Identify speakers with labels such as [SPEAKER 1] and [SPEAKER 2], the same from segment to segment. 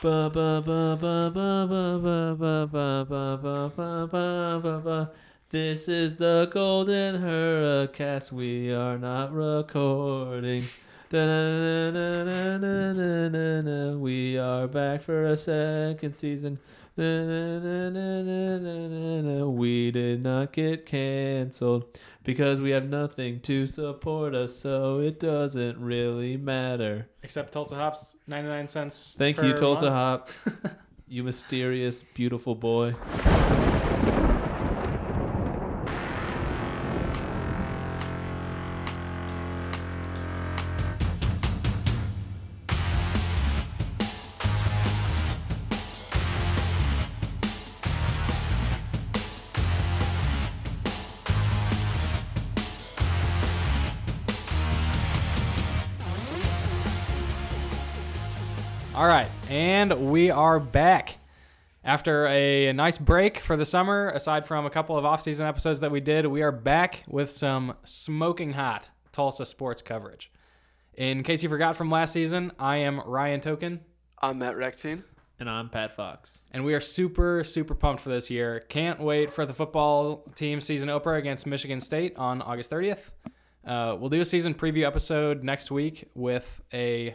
[SPEAKER 1] Ba ba ba ba ba ba ba ba ba ba ba ba ba ba ba. This is the Golden Hurricast. We are not recording. Da-na-na-na-na-na-na-na. We are back for a second season. Da-na-na-na-na-na-na. We did not get canceled because we have nothing to support us, so it doesn't really matter.
[SPEAKER 2] Except Tulsa Hops, 99 cents.
[SPEAKER 1] Thank
[SPEAKER 2] per
[SPEAKER 1] you, Tulsa
[SPEAKER 2] month.
[SPEAKER 1] Hop. you mysterious, beautiful boy.
[SPEAKER 2] All right, and we are back after a, a nice break for the summer. Aside from a couple of off-season episodes that we did, we are back with some smoking hot Tulsa sports coverage. In case you forgot from last season, I am Ryan Token,
[SPEAKER 3] I'm Matt Rectine.
[SPEAKER 1] And I'm Pat Fox.
[SPEAKER 2] and we are super super pumped for this year. Can't wait for the football team season opener against Michigan State on August 30th. Uh, we'll do a season preview episode next week with a,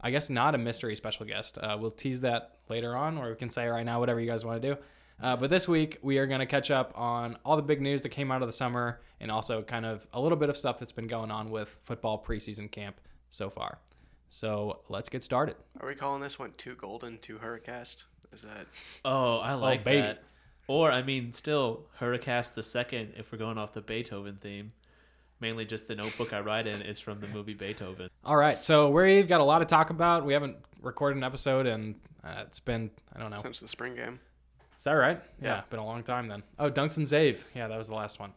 [SPEAKER 2] I guess not a mystery special guest. Uh, we'll tease that later on, or we can say right now whatever you guys want to do. Uh, but this week we are going to catch up on all the big news that came out of the summer, and also kind of a little bit of stuff that's been going on with football preseason camp so far. So let's get started.
[SPEAKER 3] Are we calling this one two golden, two hurricast? Is that
[SPEAKER 1] Oh, I like
[SPEAKER 2] baby.
[SPEAKER 1] that. Or I mean, still Hurricast the second. If we're going off the Beethoven theme, mainly just the notebook I write in is from the movie Beethoven.
[SPEAKER 2] All right, so we've got a lot to talk about. We haven't recorded an episode, and uh, it's been I don't know.
[SPEAKER 3] since the spring game?
[SPEAKER 2] Is that right?
[SPEAKER 3] Yeah.
[SPEAKER 2] been a long time then. Oh, Dunks and Zave. Yeah, that was the last one.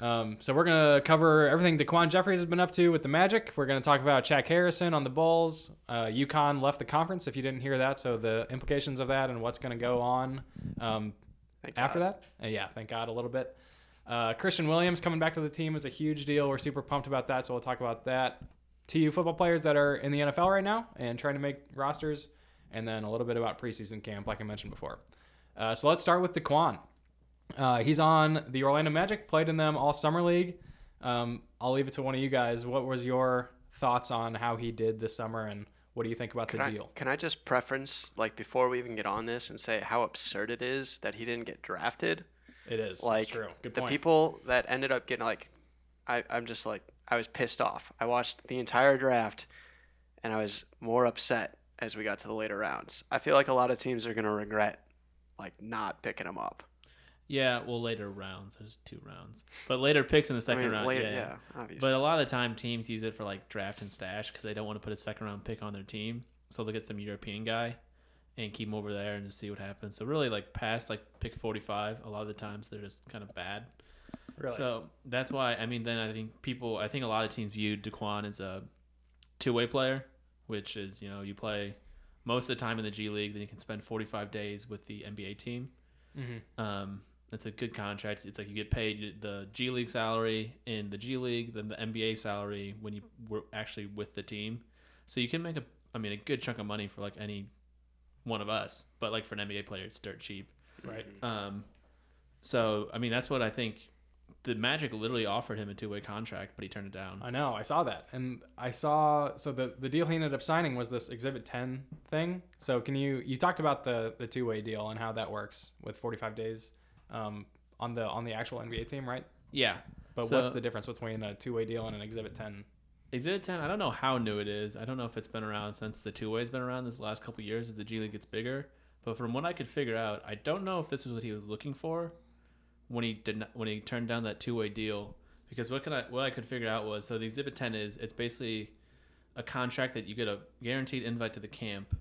[SPEAKER 2] Um, so we're gonna cover everything Daquan Jeffries has been up to with the Magic. We're gonna talk about Shaq Harrison on the Bulls. Uh, UConn left the conference. If you didn't hear that, so the implications of that and what's gonna go on um,
[SPEAKER 3] Thank
[SPEAKER 2] after
[SPEAKER 3] God.
[SPEAKER 2] that. Uh, yeah, thank God a little bit. Uh, Christian Williams coming back to the team is a huge deal. We're super pumped about that, so we'll talk about that. TU football players that are in the NFL right now and trying to make rosters, and then a little bit about preseason camp, like I mentioned before. Uh, so let's start with Daquan. Uh, he's on the Orlando Magic, played in them all summer league. Um, I'll leave it to one of you guys. What was your thoughts on how he did this summer, and what do you think about
[SPEAKER 3] Can
[SPEAKER 2] the
[SPEAKER 3] I,
[SPEAKER 2] deal?
[SPEAKER 3] can I just preference, like, before we even get on this and say how absurd it is that he didn't get drafted?
[SPEAKER 2] It is.
[SPEAKER 3] Like,
[SPEAKER 2] it's true. Good
[SPEAKER 3] the
[SPEAKER 2] point.
[SPEAKER 3] people that ended up getting, like, I, I'm just like, I was pissed off. I watched the entire draft and I was more upset as we got to the later rounds. I feel like a lot of teams are going to regret, like, not picking him up.
[SPEAKER 1] Yeah, well, later rounds. There's two rounds, but later picks in the second
[SPEAKER 3] I mean,
[SPEAKER 1] round.
[SPEAKER 3] later,
[SPEAKER 1] yeah.
[SPEAKER 3] yeah, obviously.
[SPEAKER 1] But a lot of the time, teams use it for like draft and stash because they don't want to put a second round pick on their team, so they'll get some European guy and keep him over there and just see what happens. So really, like past like pick forty five, a lot of the times they're just kind of bad.
[SPEAKER 2] really.
[SPEAKER 1] So that's why I mean. Then I think people. I think a lot of teams viewed Daquan as a two-way player, which is you know you play most of the time in the G League, then you can spend 45 days with the NBA team.
[SPEAKER 2] Mhm.
[SPEAKER 1] Um, it's a good contract. It's like you get paid the G League salary in the G League, then the NBA salary when you were actually with the team. So you can make a, I mean, a good chunk of money for like any one of us, but like for an NBA player, it's dirt cheap.
[SPEAKER 2] Right.
[SPEAKER 1] Um, so I mean, that's what I think. The Magic literally offered him a two-way contract, but he turned it down.
[SPEAKER 2] I know. I saw that, and I saw. So the the deal he ended up signing was this Exhibit Ten thing. So can you you talked about the the two way deal and how that works with forty five days um, on the on the actual NBA team, right?
[SPEAKER 1] Yeah,
[SPEAKER 2] But
[SPEAKER 1] So-
[SPEAKER 2] what's the difference between a two way deal and an Exhibit Ten?
[SPEAKER 1] Exhibit 10, I don't know how new it is. I don't know if it's been around since the two way's been around this last couple years as the G League gets bigger. But from what I could figure out, I don't know if this was what he was looking for when he did not, when he turned down that two way deal. Because what can I what I could figure out was so the Exhibit 10 is it's basically a contract that you get a guaranteed invite to the camp.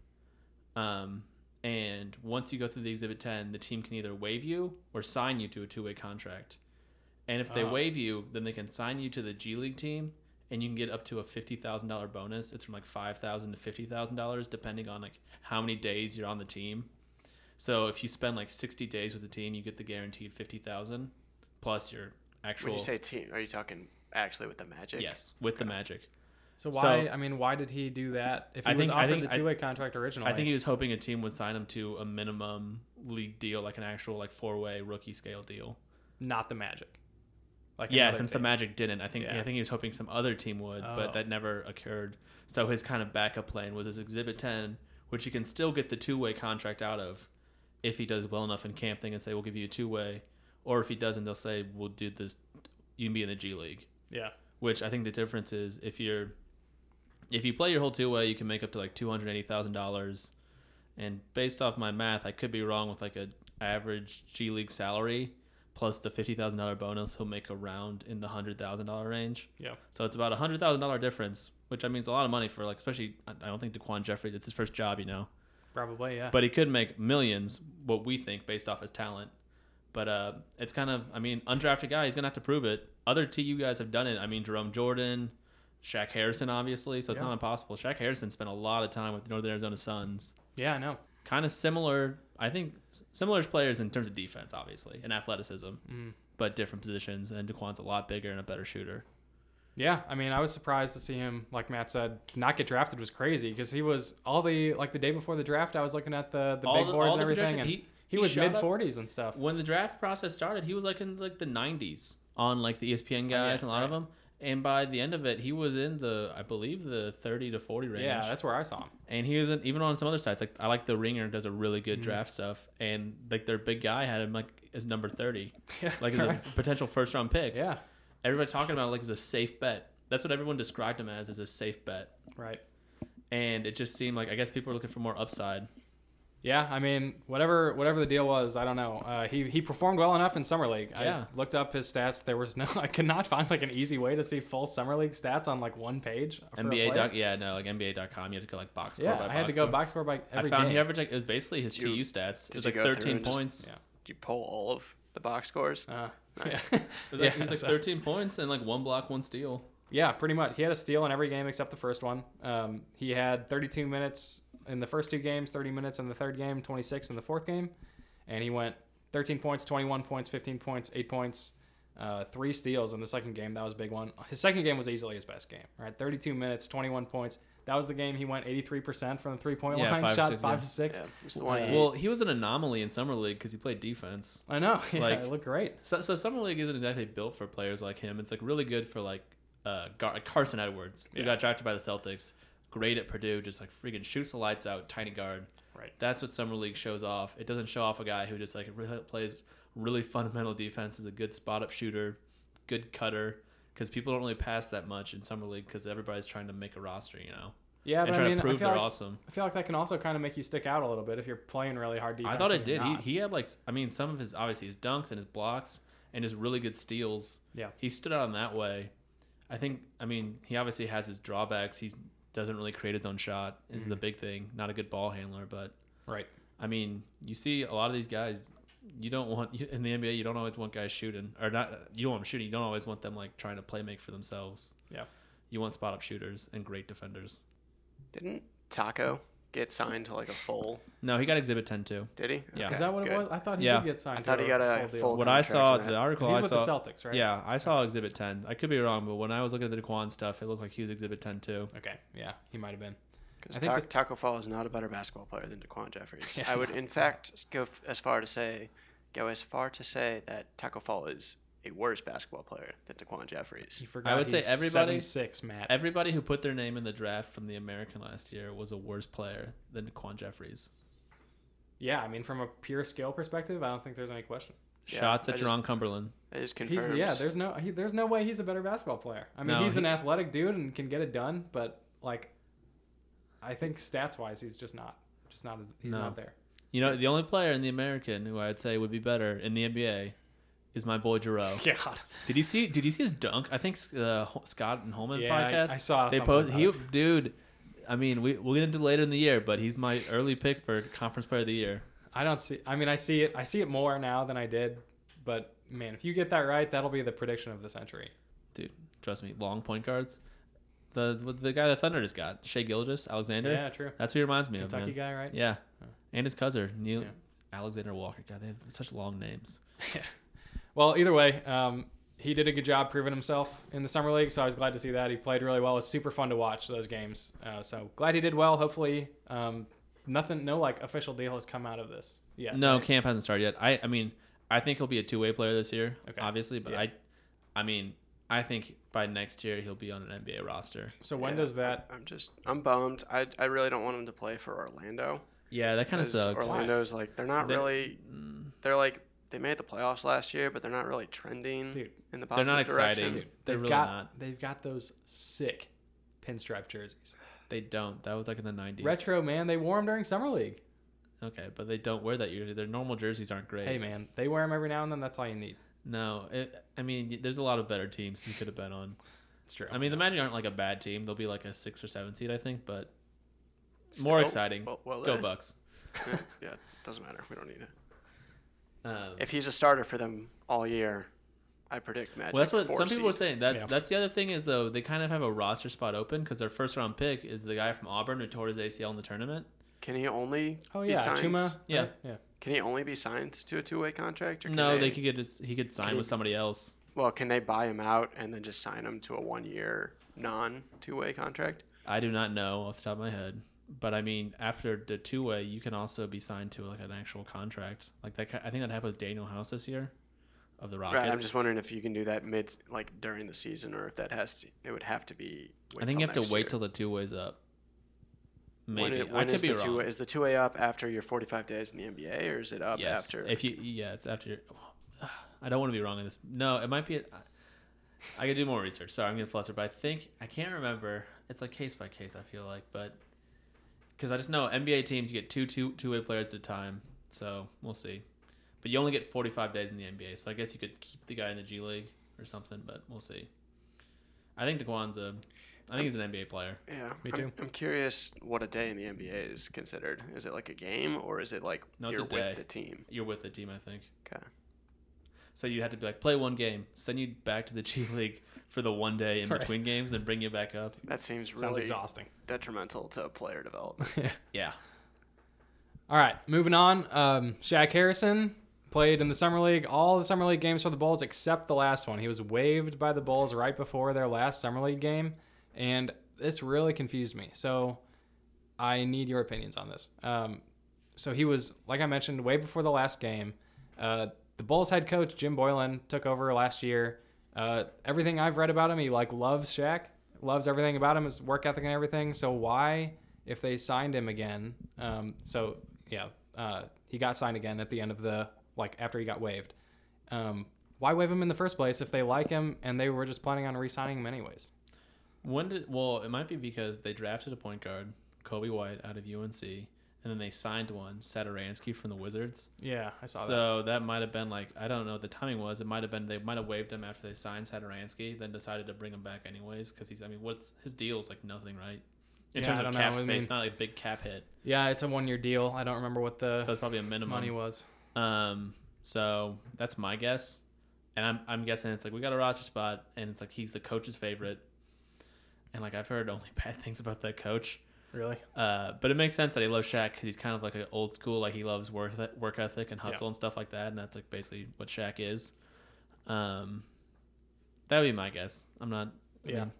[SPEAKER 1] Um, and once you go through the Exhibit 10, the team can either waive you or sign you to a two way contract. And if they
[SPEAKER 2] Ah.
[SPEAKER 1] waive you, then they can sign you to the G League team and you can get up to a $50,000 bonus. It's from like 5000 to $50,000 depending on like how many days you're on the team. So if you spend like 60 days with the team, you get the guaranteed 50,000 plus your actual
[SPEAKER 3] When you say team, are you talking actually with the Magic?
[SPEAKER 1] Yes, with the Magic.
[SPEAKER 2] So
[SPEAKER 1] So-
[SPEAKER 2] why? I mean, why did he do that? If he
[SPEAKER 1] I
[SPEAKER 2] was
[SPEAKER 1] think- I
[SPEAKER 2] offered
[SPEAKER 1] think-
[SPEAKER 2] the
[SPEAKER 1] I-
[SPEAKER 2] two-way contract originally,
[SPEAKER 1] I think he was hoping a team would sign him to a minimum league deal, like an actual like four way rookie scale deal.
[SPEAKER 2] not the Magic. Like
[SPEAKER 1] yeah,
[SPEAKER 2] another
[SPEAKER 1] since
[SPEAKER 2] team.
[SPEAKER 1] the Magic didn't, I think
[SPEAKER 2] Yeah.
[SPEAKER 1] I think he was hoping some other team would,
[SPEAKER 2] Oh.
[SPEAKER 1] but that never occurred. So his kind of backup plan was his Exhibit Ten, which you can still get the two way contract out of if he does well enough in camp. They can say we'll give you a two way, or if he doesn't, they'll say we'll do this. You can be in the G League.
[SPEAKER 2] yeah,
[SPEAKER 1] Which I think the difference is if you're if you play your whole two way, you can make up to like two hundred eighty thousand dollars. And based off my math, I could be wrong with like a average G League salary plus the fifty thousand dollar bonus, he'll make around in the hundred thousand dollar range.
[SPEAKER 2] Yeah.
[SPEAKER 1] So it's about a hundred thousand dollar difference, which I mean it's a lot of money for like especially I I don't think DeQuan Jeffrey it's his first job, you know.
[SPEAKER 2] probably yeah.
[SPEAKER 1] But he could make millions, what we think based off his talent. But uh, it's kind of I mean undrafted guy, he's gonna have to prove it. Other TU guys have done it. I mean Jerome Jordan, Shaq Harrison, obviously, so it's
[SPEAKER 2] Yeah.
[SPEAKER 1] not impossible. Shaq Harrison spent a lot of time with Northern Arizona Suns
[SPEAKER 2] yeah, I know.
[SPEAKER 1] kind of similar. I think s- similar as players in terms of defense, obviously, and athleticism,
[SPEAKER 2] Mm.
[SPEAKER 1] but different positions. And Daquan's a lot bigger and a better shooter.
[SPEAKER 2] Yeah, I mean, I was surprised to see him, like Matt said, not get drafted was crazy because he was all the like the day before the draft. I was looking at the the big boards and everything,
[SPEAKER 1] projection-
[SPEAKER 2] and he,
[SPEAKER 1] he,
[SPEAKER 2] was
[SPEAKER 1] shot
[SPEAKER 2] mid
[SPEAKER 1] up-
[SPEAKER 2] forties and stuff.
[SPEAKER 1] When the draft process started, he was like in like the 90s on like the E ESPN guys
[SPEAKER 2] Oh, yeah,
[SPEAKER 1] and a lot of them. And by the end of it, he was in the I believe the 30 to 40 range.
[SPEAKER 2] Yeah, that's where I saw him.
[SPEAKER 1] and he was in, even on some other sites. Like I like the Ringer does a really
[SPEAKER 2] Mm.
[SPEAKER 1] good draft stuff, and like their big guy had him like as number 30,
[SPEAKER 2] Yeah,
[SPEAKER 1] like as
[SPEAKER 2] right.
[SPEAKER 1] a potential first round pick.
[SPEAKER 2] yeah,
[SPEAKER 1] everybody talking about like is a safe bet. That's what everyone described him as is a safe bet.
[SPEAKER 2] right.
[SPEAKER 1] And it just seemed like I guess people are looking for more upside.
[SPEAKER 2] Yeah, I mean, whatever whatever the deal was, I don't know. Uh, he he performed well enough in summer league.
[SPEAKER 1] Yeah.
[SPEAKER 2] I looked up his stats. There was no, I could not find like an easy way to see full summer league stats on like one page. for a
[SPEAKER 1] NBA
[SPEAKER 2] player.
[SPEAKER 1] doc, yeah, no, like NBA.com, you had to go like box score
[SPEAKER 2] Yeah,
[SPEAKER 1] by
[SPEAKER 2] I had
[SPEAKER 1] box
[SPEAKER 2] to go
[SPEAKER 1] score.
[SPEAKER 2] box score by every
[SPEAKER 1] I found
[SPEAKER 2] game.
[SPEAKER 1] he averaged like it was basically his
[SPEAKER 3] Did you-
[SPEAKER 1] TU stats. It
[SPEAKER 3] did
[SPEAKER 1] was
[SPEAKER 3] you
[SPEAKER 1] like
[SPEAKER 3] go through
[SPEAKER 1] 13
[SPEAKER 3] and just-
[SPEAKER 1] points.
[SPEAKER 2] yeah.
[SPEAKER 3] Did you pull all of the box scores?
[SPEAKER 2] Uh,
[SPEAKER 3] Nice.
[SPEAKER 2] yeah.
[SPEAKER 1] It was like,
[SPEAKER 2] Yeah,
[SPEAKER 1] it was like
[SPEAKER 2] so-
[SPEAKER 1] 13 points and like one block, one steal.
[SPEAKER 2] Yeah, pretty much. He had a steal in every game except the first one. Um, he had 32 minutes in the first two games, 30 minutes in the third game, 26 in the fourth game, and he went 13 points, 21 points, 15 points, 8 points, uh, three steals in the second game. That was a big one. His second game was easily his best game. Right, 32 minutes, 21 points. That was the game he went 83% from the three point
[SPEAKER 1] Yeah,
[SPEAKER 2] line,
[SPEAKER 1] five,
[SPEAKER 2] shot
[SPEAKER 1] six,
[SPEAKER 2] 5
[SPEAKER 1] yeah.
[SPEAKER 2] to 6.
[SPEAKER 3] Yeah, it's the one. he-
[SPEAKER 1] Well, he was an anomaly in summer league because he played defense.
[SPEAKER 2] I know. Yeah,
[SPEAKER 1] Like-
[SPEAKER 2] it looked great.
[SPEAKER 1] So, so summer league isn't exactly built for players like him. It's like really good for like uh, Gar- Carson Edwards, who
[SPEAKER 2] Yeah.
[SPEAKER 1] got drafted by the Celtics. Great at Purdue, just like freaking shoots the lights out, tiny guard.
[SPEAKER 2] Right.
[SPEAKER 1] That's what summer league shows off. It doesn't show off a guy who just like really plays really fundamental defense, is a good spot up shooter, good cutter. Because people don't really pass that much in summer league because everybody's trying to make a roster, you know,
[SPEAKER 2] Yeah,
[SPEAKER 1] and
[SPEAKER 2] but
[SPEAKER 1] trying
[SPEAKER 2] I mean,
[SPEAKER 1] to
[SPEAKER 2] I
[SPEAKER 1] prove
[SPEAKER 2] feel,
[SPEAKER 1] they're
[SPEAKER 2] like,
[SPEAKER 1] awesome.
[SPEAKER 2] I feel like that can also kind of make you stick out a little bit if you're playing really hard defense.
[SPEAKER 1] I thought
[SPEAKER 2] and
[SPEAKER 1] it
[SPEAKER 2] you're
[SPEAKER 1] did. He,
[SPEAKER 2] not.
[SPEAKER 1] he had like s- I mean some of his obviously his dunks and his blocks and his really good steals.
[SPEAKER 2] Yeah.
[SPEAKER 1] he stood out in that way. I think I mean he obviously has his drawbacks. He doesn't really create his own shot. Is
[SPEAKER 2] Mm-hmm.
[SPEAKER 1] the big thing. Not a good ball handler, but
[SPEAKER 2] Right.
[SPEAKER 1] I mean you see a lot of these guys. You don't want you- in the NBA. You don't always want guys shooting or not. You don't want them shooting. You don't always want them like trying to play make for themselves.
[SPEAKER 2] Yeah.
[SPEAKER 1] You want spot up shooters and great defenders.
[SPEAKER 3] Didn't Taco get signed to like a full?
[SPEAKER 1] No, he got Exhibit Ten too.
[SPEAKER 3] Did he?
[SPEAKER 1] Yeah.
[SPEAKER 3] Okay,
[SPEAKER 2] Is that what
[SPEAKER 3] good.
[SPEAKER 2] it was? I thought he
[SPEAKER 1] Yeah.
[SPEAKER 2] did get signed.
[SPEAKER 3] I thought
[SPEAKER 2] to
[SPEAKER 3] he got a
[SPEAKER 2] full deal.
[SPEAKER 3] full
[SPEAKER 1] What I
[SPEAKER 3] contract
[SPEAKER 1] saw
[SPEAKER 3] on that.
[SPEAKER 1] the article
[SPEAKER 2] He's
[SPEAKER 1] I
[SPEAKER 2] with
[SPEAKER 1] saw.
[SPEAKER 2] the Celtics, right?
[SPEAKER 1] Yeah, I saw Exhibit 10. I could be wrong, but when I was looking at the Daquan stuff, it looked like he was Exhibit 10 too.
[SPEAKER 2] Okay. Yeah, he might have been. I
[SPEAKER 3] Because
[SPEAKER 2] think
[SPEAKER 3] Ta-
[SPEAKER 2] this-
[SPEAKER 3] Taco Fall is not a better basketball player than Daquan Jeffries.
[SPEAKER 2] Yeah.
[SPEAKER 3] I would, in fact, s- go f- as far to say, go as far to say that Taco Fall is a worse basketball player than Daquan Jeffries.
[SPEAKER 2] You forgot.
[SPEAKER 1] I would say
[SPEAKER 2] he's
[SPEAKER 1] everybody-
[SPEAKER 2] six Matt.
[SPEAKER 1] Everybody who put their name in the draft from the American last year was a worse player than Daquan Jeffries.
[SPEAKER 2] yeah, I mean, from a pure skill perspective, I don't think there's any question.
[SPEAKER 3] Yeah,
[SPEAKER 1] Shots
[SPEAKER 3] I
[SPEAKER 1] at
[SPEAKER 3] just-
[SPEAKER 1] Jerron Cumberland.
[SPEAKER 3] It is
[SPEAKER 2] He's,
[SPEAKER 3] confirmed.
[SPEAKER 2] yeah, there's no he, there's no way he's a better basketball player. I mean,
[SPEAKER 1] No,
[SPEAKER 2] he's
[SPEAKER 1] he-
[SPEAKER 2] an athletic dude and can get it done, but like, I think stats wise, he's just not just not as, he's
[SPEAKER 1] No.
[SPEAKER 2] not there.
[SPEAKER 1] You know, the only player in the American who I'd say would be better in the NBA is my boy Jarrell.
[SPEAKER 2] God.
[SPEAKER 1] did you see? Did you see his dunk? I think uh, Ho- Scott and Holman
[SPEAKER 2] Yeah, I-
[SPEAKER 1] podcast.
[SPEAKER 2] I saw
[SPEAKER 1] They
[SPEAKER 2] something
[SPEAKER 1] post.
[SPEAKER 2] about
[SPEAKER 1] He
[SPEAKER 2] it.
[SPEAKER 1] dude. I mean, we we'll get into later in the year, but he's my early pick for conference player of the year.
[SPEAKER 2] I don't see. I mean, I see it. I see it more now than I did. But man, if you get that right, that'll be the prediction of the century.
[SPEAKER 1] dude, trust me, long point guards. The the guy the Thunder just got, Shea Gilgis, Alexander.
[SPEAKER 2] Yeah, true.
[SPEAKER 1] That's who he reminds me of,
[SPEAKER 2] Kentucky
[SPEAKER 1] man.
[SPEAKER 2] guy, right?
[SPEAKER 1] Yeah. And his cousin, Neil
[SPEAKER 2] Yeah.
[SPEAKER 1] Alexander Walker. God, they have such long names.
[SPEAKER 2] Well, either way, um, he did a good job proving himself in the summer league, so I was glad to see that. He played really well. It was super fun to watch those games. Uh, so glad he did well. Hopefully, um, nothing, no like official deal has come out of this. Yeah.
[SPEAKER 1] No, camp hasn't started yet. I, I mean, I think he'll be a two-way player this year,
[SPEAKER 2] Okay.
[SPEAKER 1] obviously. But
[SPEAKER 2] Yeah.
[SPEAKER 1] I, I mean, I think by next year he'll be on an NBA roster.
[SPEAKER 2] So when
[SPEAKER 3] Yeah,
[SPEAKER 2] does that?
[SPEAKER 3] I'm just I'm bummed. I, I really don't want him to play for Orlando.
[SPEAKER 1] Yeah, that kind of
[SPEAKER 3] 'cause
[SPEAKER 1] sucks.
[SPEAKER 3] Orlando's like they're not
[SPEAKER 1] They're-
[SPEAKER 3] really
[SPEAKER 1] Mm,
[SPEAKER 3] they're like they made the playoffs last year, but they're not really trending
[SPEAKER 2] Dude.
[SPEAKER 3] in the
[SPEAKER 1] They're
[SPEAKER 3] positive
[SPEAKER 1] not
[SPEAKER 3] direction.
[SPEAKER 1] exciting. They're
[SPEAKER 2] They've
[SPEAKER 1] really
[SPEAKER 2] got
[SPEAKER 1] not.
[SPEAKER 2] they've got those sick pinstripe jerseys.
[SPEAKER 1] They don't. That was like in the nineties.
[SPEAKER 2] Retro man, they wore them during summer league.
[SPEAKER 1] Okay, but they don't wear that usually. Their normal jerseys aren't great.
[SPEAKER 2] Hey man, they wear them every now and then. That's all you need.
[SPEAKER 1] No, it, I mean, y- there's a lot of better teams you could have been on.
[SPEAKER 2] It's true.
[SPEAKER 1] I mean, the Magic aren't like a bad team. They'll be like a six or seven seed, I think, but
[SPEAKER 3] Still,
[SPEAKER 1] more exciting.
[SPEAKER 3] Well, well,
[SPEAKER 1] Go
[SPEAKER 3] eh,
[SPEAKER 1] Bucks.
[SPEAKER 3] Yeah, yeah, doesn't matter. We don't need it.
[SPEAKER 1] Um,
[SPEAKER 3] If he's a starter for them all year, I predict Magic.
[SPEAKER 1] well, that's what
[SPEAKER 3] four
[SPEAKER 1] some people were
[SPEAKER 3] seed.
[SPEAKER 1] saying. That's
[SPEAKER 2] Yeah.
[SPEAKER 1] that's the other thing is though they kind of have a roster spot open because their first round pick is the guy from Auburn who tore his ACL in the tournament.
[SPEAKER 3] Can he only?
[SPEAKER 2] oh
[SPEAKER 3] be
[SPEAKER 2] yeah,
[SPEAKER 3] signed?
[SPEAKER 2] Chuma.
[SPEAKER 1] Yeah.
[SPEAKER 2] right? yeah.
[SPEAKER 3] Can he only be signed to a two-way contract? Or can
[SPEAKER 1] No,
[SPEAKER 3] they,
[SPEAKER 1] they could get his, he could sign
[SPEAKER 3] he-
[SPEAKER 1] with somebody else.
[SPEAKER 3] Well, can they buy him out and then just sign him to a one-year non-two-way contract?
[SPEAKER 1] I do not know off the top of my head, but I mean after the two way, you can also be signed to like an actual contract. Like that, ki- I think that happened with Daniel House this year, of the Rockets.
[SPEAKER 3] Right. I'm just wondering if you can do that mid, like during the season, or if that has to. It would have to be. wait
[SPEAKER 1] I think you
[SPEAKER 3] till
[SPEAKER 1] have to
[SPEAKER 3] next
[SPEAKER 1] wait
[SPEAKER 3] year.
[SPEAKER 1] till the two ways up. Maybe
[SPEAKER 3] When, it-
[SPEAKER 1] I
[SPEAKER 3] when
[SPEAKER 1] could
[SPEAKER 3] is
[SPEAKER 1] be
[SPEAKER 3] the
[SPEAKER 1] wrong.
[SPEAKER 3] two-way, is the two-way up after your 45 days in the NBA, or is it up
[SPEAKER 1] yes,
[SPEAKER 3] after?
[SPEAKER 1] if you yeah, it's after. Your, I don't want to be wrong on this. No, it might be. I could do more research. Sorry, I'm getting flustered, but I think I can't remember. It's like case by case. I feel like, but because I just know NBA teams you get two two two way players at a time, so we'll see. But you only get 45 days in the NBA, so I guess you could keep the guy in the G League or something, but we'll see. I think DeQuan's a, I think he's an NBA player.
[SPEAKER 3] yeah.
[SPEAKER 2] Me
[SPEAKER 3] I'm,
[SPEAKER 2] too.
[SPEAKER 3] I'm curious what a day in the NBA is considered. Is it like a game, or is it like
[SPEAKER 1] No, it's
[SPEAKER 3] you're
[SPEAKER 1] a day.
[SPEAKER 3] with the team?
[SPEAKER 1] You're with the team, I think.
[SPEAKER 3] Okay.
[SPEAKER 1] So you'd have to be like, play one game, send you back to the G League for the one day in
[SPEAKER 2] Right.
[SPEAKER 1] between games, and bring you back up.
[SPEAKER 3] That seems
[SPEAKER 2] Sounds
[SPEAKER 3] really
[SPEAKER 2] exhausting.
[SPEAKER 3] detrimental to player development.
[SPEAKER 1] Yeah.
[SPEAKER 2] All right, moving on. Um, Shaq Harrison played in the summer league, all the summer league games for the Bulls except the last one. He was waived by the Bulls right before their last summer league game, and this really confused me. So I need your opinions on this. Um, so he was, like I mentioned, waived before the last game. Uh, the Bulls head coach Jim Boylan took over last year. Uh, everything I've read about him, he like loves Shaq, loves everything about him, his work ethic and everything. So why, if they signed him again, um, so yeah, uh, he got signed again at the end of the like after he got waived. Um, why waive him in the first place if they like him and they were just planning on re-signing him anyways?
[SPEAKER 1] When did? Well, it might be because they drafted a point guard, Kobe White, out of UNC, and then they signed one, Saturansky from the Wizards.
[SPEAKER 2] Yeah, I
[SPEAKER 1] so that, might have been like I don't know what the timing was. It might have been they might have waived him after they signed Saturansky, then decided to bring him back anyways because he's. I mean, what's his deal is like nothing, right? In
[SPEAKER 2] Yeah, I
[SPEAKER 1] terms
[SPEAKER 2] don't
[SPEAKER 1] of
[SPEAKER 2] know.
[SPEAKER 1] cap
[SPEAKER 2] I
[SPEAKER 1] space,
[SPEAKER 2] mean-
[SPEAKER 1] not a big cap hit.
[SPEAKER 2] Yeah, it's a one-year deal. I don't remember what
[SPEAKER 1] So
[SPEAKER 2] the
[SPEAKER 1] it's probably a minimum.
[SPEAKER 2] money was.
[SPEAKER 1] Um, so that's my guess, and I'm I'm guessing it's like we got a roster spot, and it's like he's the coach's favorite, and like I've heard only bad things about that coach.
[SPEAKER 2] Really?
[SPEAKER 1] Uh, but it makes sense that he loves Shaq because he's kind of like an old school, like he loves work work ethic and hustle and stuff like that, and that's like basically what Shaq is. Um, that would be my guess. I'm not.
[SPEAKER 2] Yeah.
[SPEAKER 1] mean,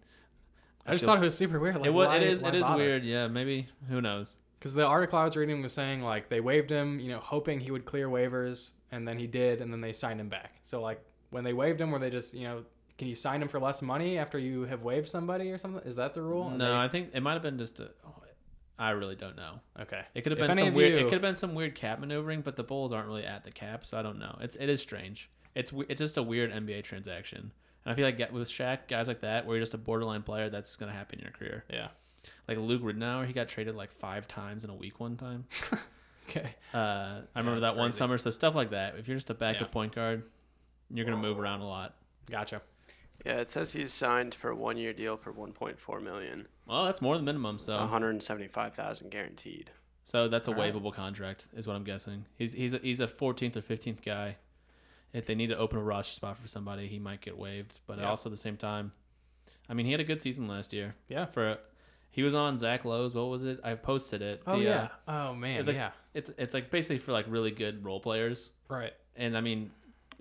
[SPEAKER 2] I just
[SPEAKER 1] still-
[SPEAKER 2] thought it was super weird. Like,
[SPEAKER 1] it was.
[SPEAKER 2] why-
[SPEAKER 1] it is.
[SPEAKER 2] why
[SPEAKER 1] It is
[SPEAKER 2] bother?
[SPEAKER 1] weird. Yeah. Maybe. Who knows?
[SPEAKER 2] Because the article I was reading was saying like they waived him, you know, hoping he would clear waivers, and then he did, and then they signed him back. So like when they waived him, were they just you know, can you sign him for less money after you have waived somebody or something? Is that the rule? And
[SPEAKER 1] no, I think it might have been just. A, oh, I really don't know.
[SPEAKER 2] they- okay.
[SPEAKER 1] It could have
[SPEAKER 2] If
[SPEAKER 1] been
[SPEAKER 2] any
[SPEAKER 1] some
[SPEAKER 2] of
[SPEAKER 1] weird.
[SPEAKER 2] you-
[SPEAKER 1] It could have been some weird cap maneuvering, but the Bulls aren't really at the cap, so I don't know. It's it is strange. It's w- it's just a weird NBA transaction, and I feel like get- with Shaq, guys like that, where you're just a borderline player, that's gonna happen in your career.
[SPEAKER 2] Yeah.
[SPEAKER 1] Like Luke Ridnour, he got traded like five times in a week one time.
[SPEAKER 2] Okay.
[SPEAKER 1] Uh, I remember that
[SPEAKER 2] that's
[SPEAKER 1] one
[SPEAKER 2] crazy.
[SPEAKER 1] summer. So stuff like that. If you're just a backup
[SPEAKER 2] Yeah.
[SPEAKER 1] point guard, you're gonna move around a lot.
[SPEAKER 2] Gotcha.
[SPEAKER 3] yeah, it says he's signed for a one-year deal for 1.4 million,
[SPEAKER 1] Well, that's more than minimum. So
[SPEAKER 2] Uh-huh.
[SPEAKER 3] 175,000 guaranteed.
[SPEAKER 1] so that's a
[SPEAKER 2] All right.
[SPEAKER 1] waivable contract, is what I'm guessing. He's he's a, he's a 14th or 15th guy. If they need to open a roster spot for somebody, he might get waived. But
[SPEAKER 2] Yeah.
[SPEAKER 1] also at the same time, I mean, he had a good season last year.
[SPEAKER 2] Yeah.
[SPEAKER 1] For a, he was on Zach Lowe's. What was it? I posted it.
[SPEAKER 2] Oh
[SPEAKER 1] The,
[SPEAKER 2] yeah.
[SPEAKER 1] uh,
[SPEAKER 2] Oh man.
[SPEAKER 1] it's like-
[SPEAKER 2] yeah.
[SPEAKER 1] it's it's like basically for like really good role players.
[SPEAKER 2] Right.
[SPEAKER 1] and I mean,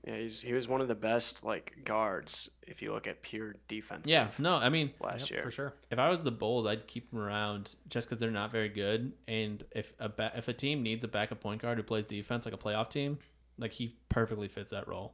[SPEAKER 3] Yeah, he's he was one of the best like guards if you look at pure defense.
[SPEAKER 1] Yeah, no, I mean,
[SPEAKER 3] last
[SPEAKER 2] Yep,
[SPEAKER 3] year.
[SPEAKER 2] for sure.
[SPEAKER 1] if I was the Bulls, I'd keep them around just because they're not very good. And if a ba- if a team needs a backup point guard who plays defense like a playoff team, like he perfectly fits that role.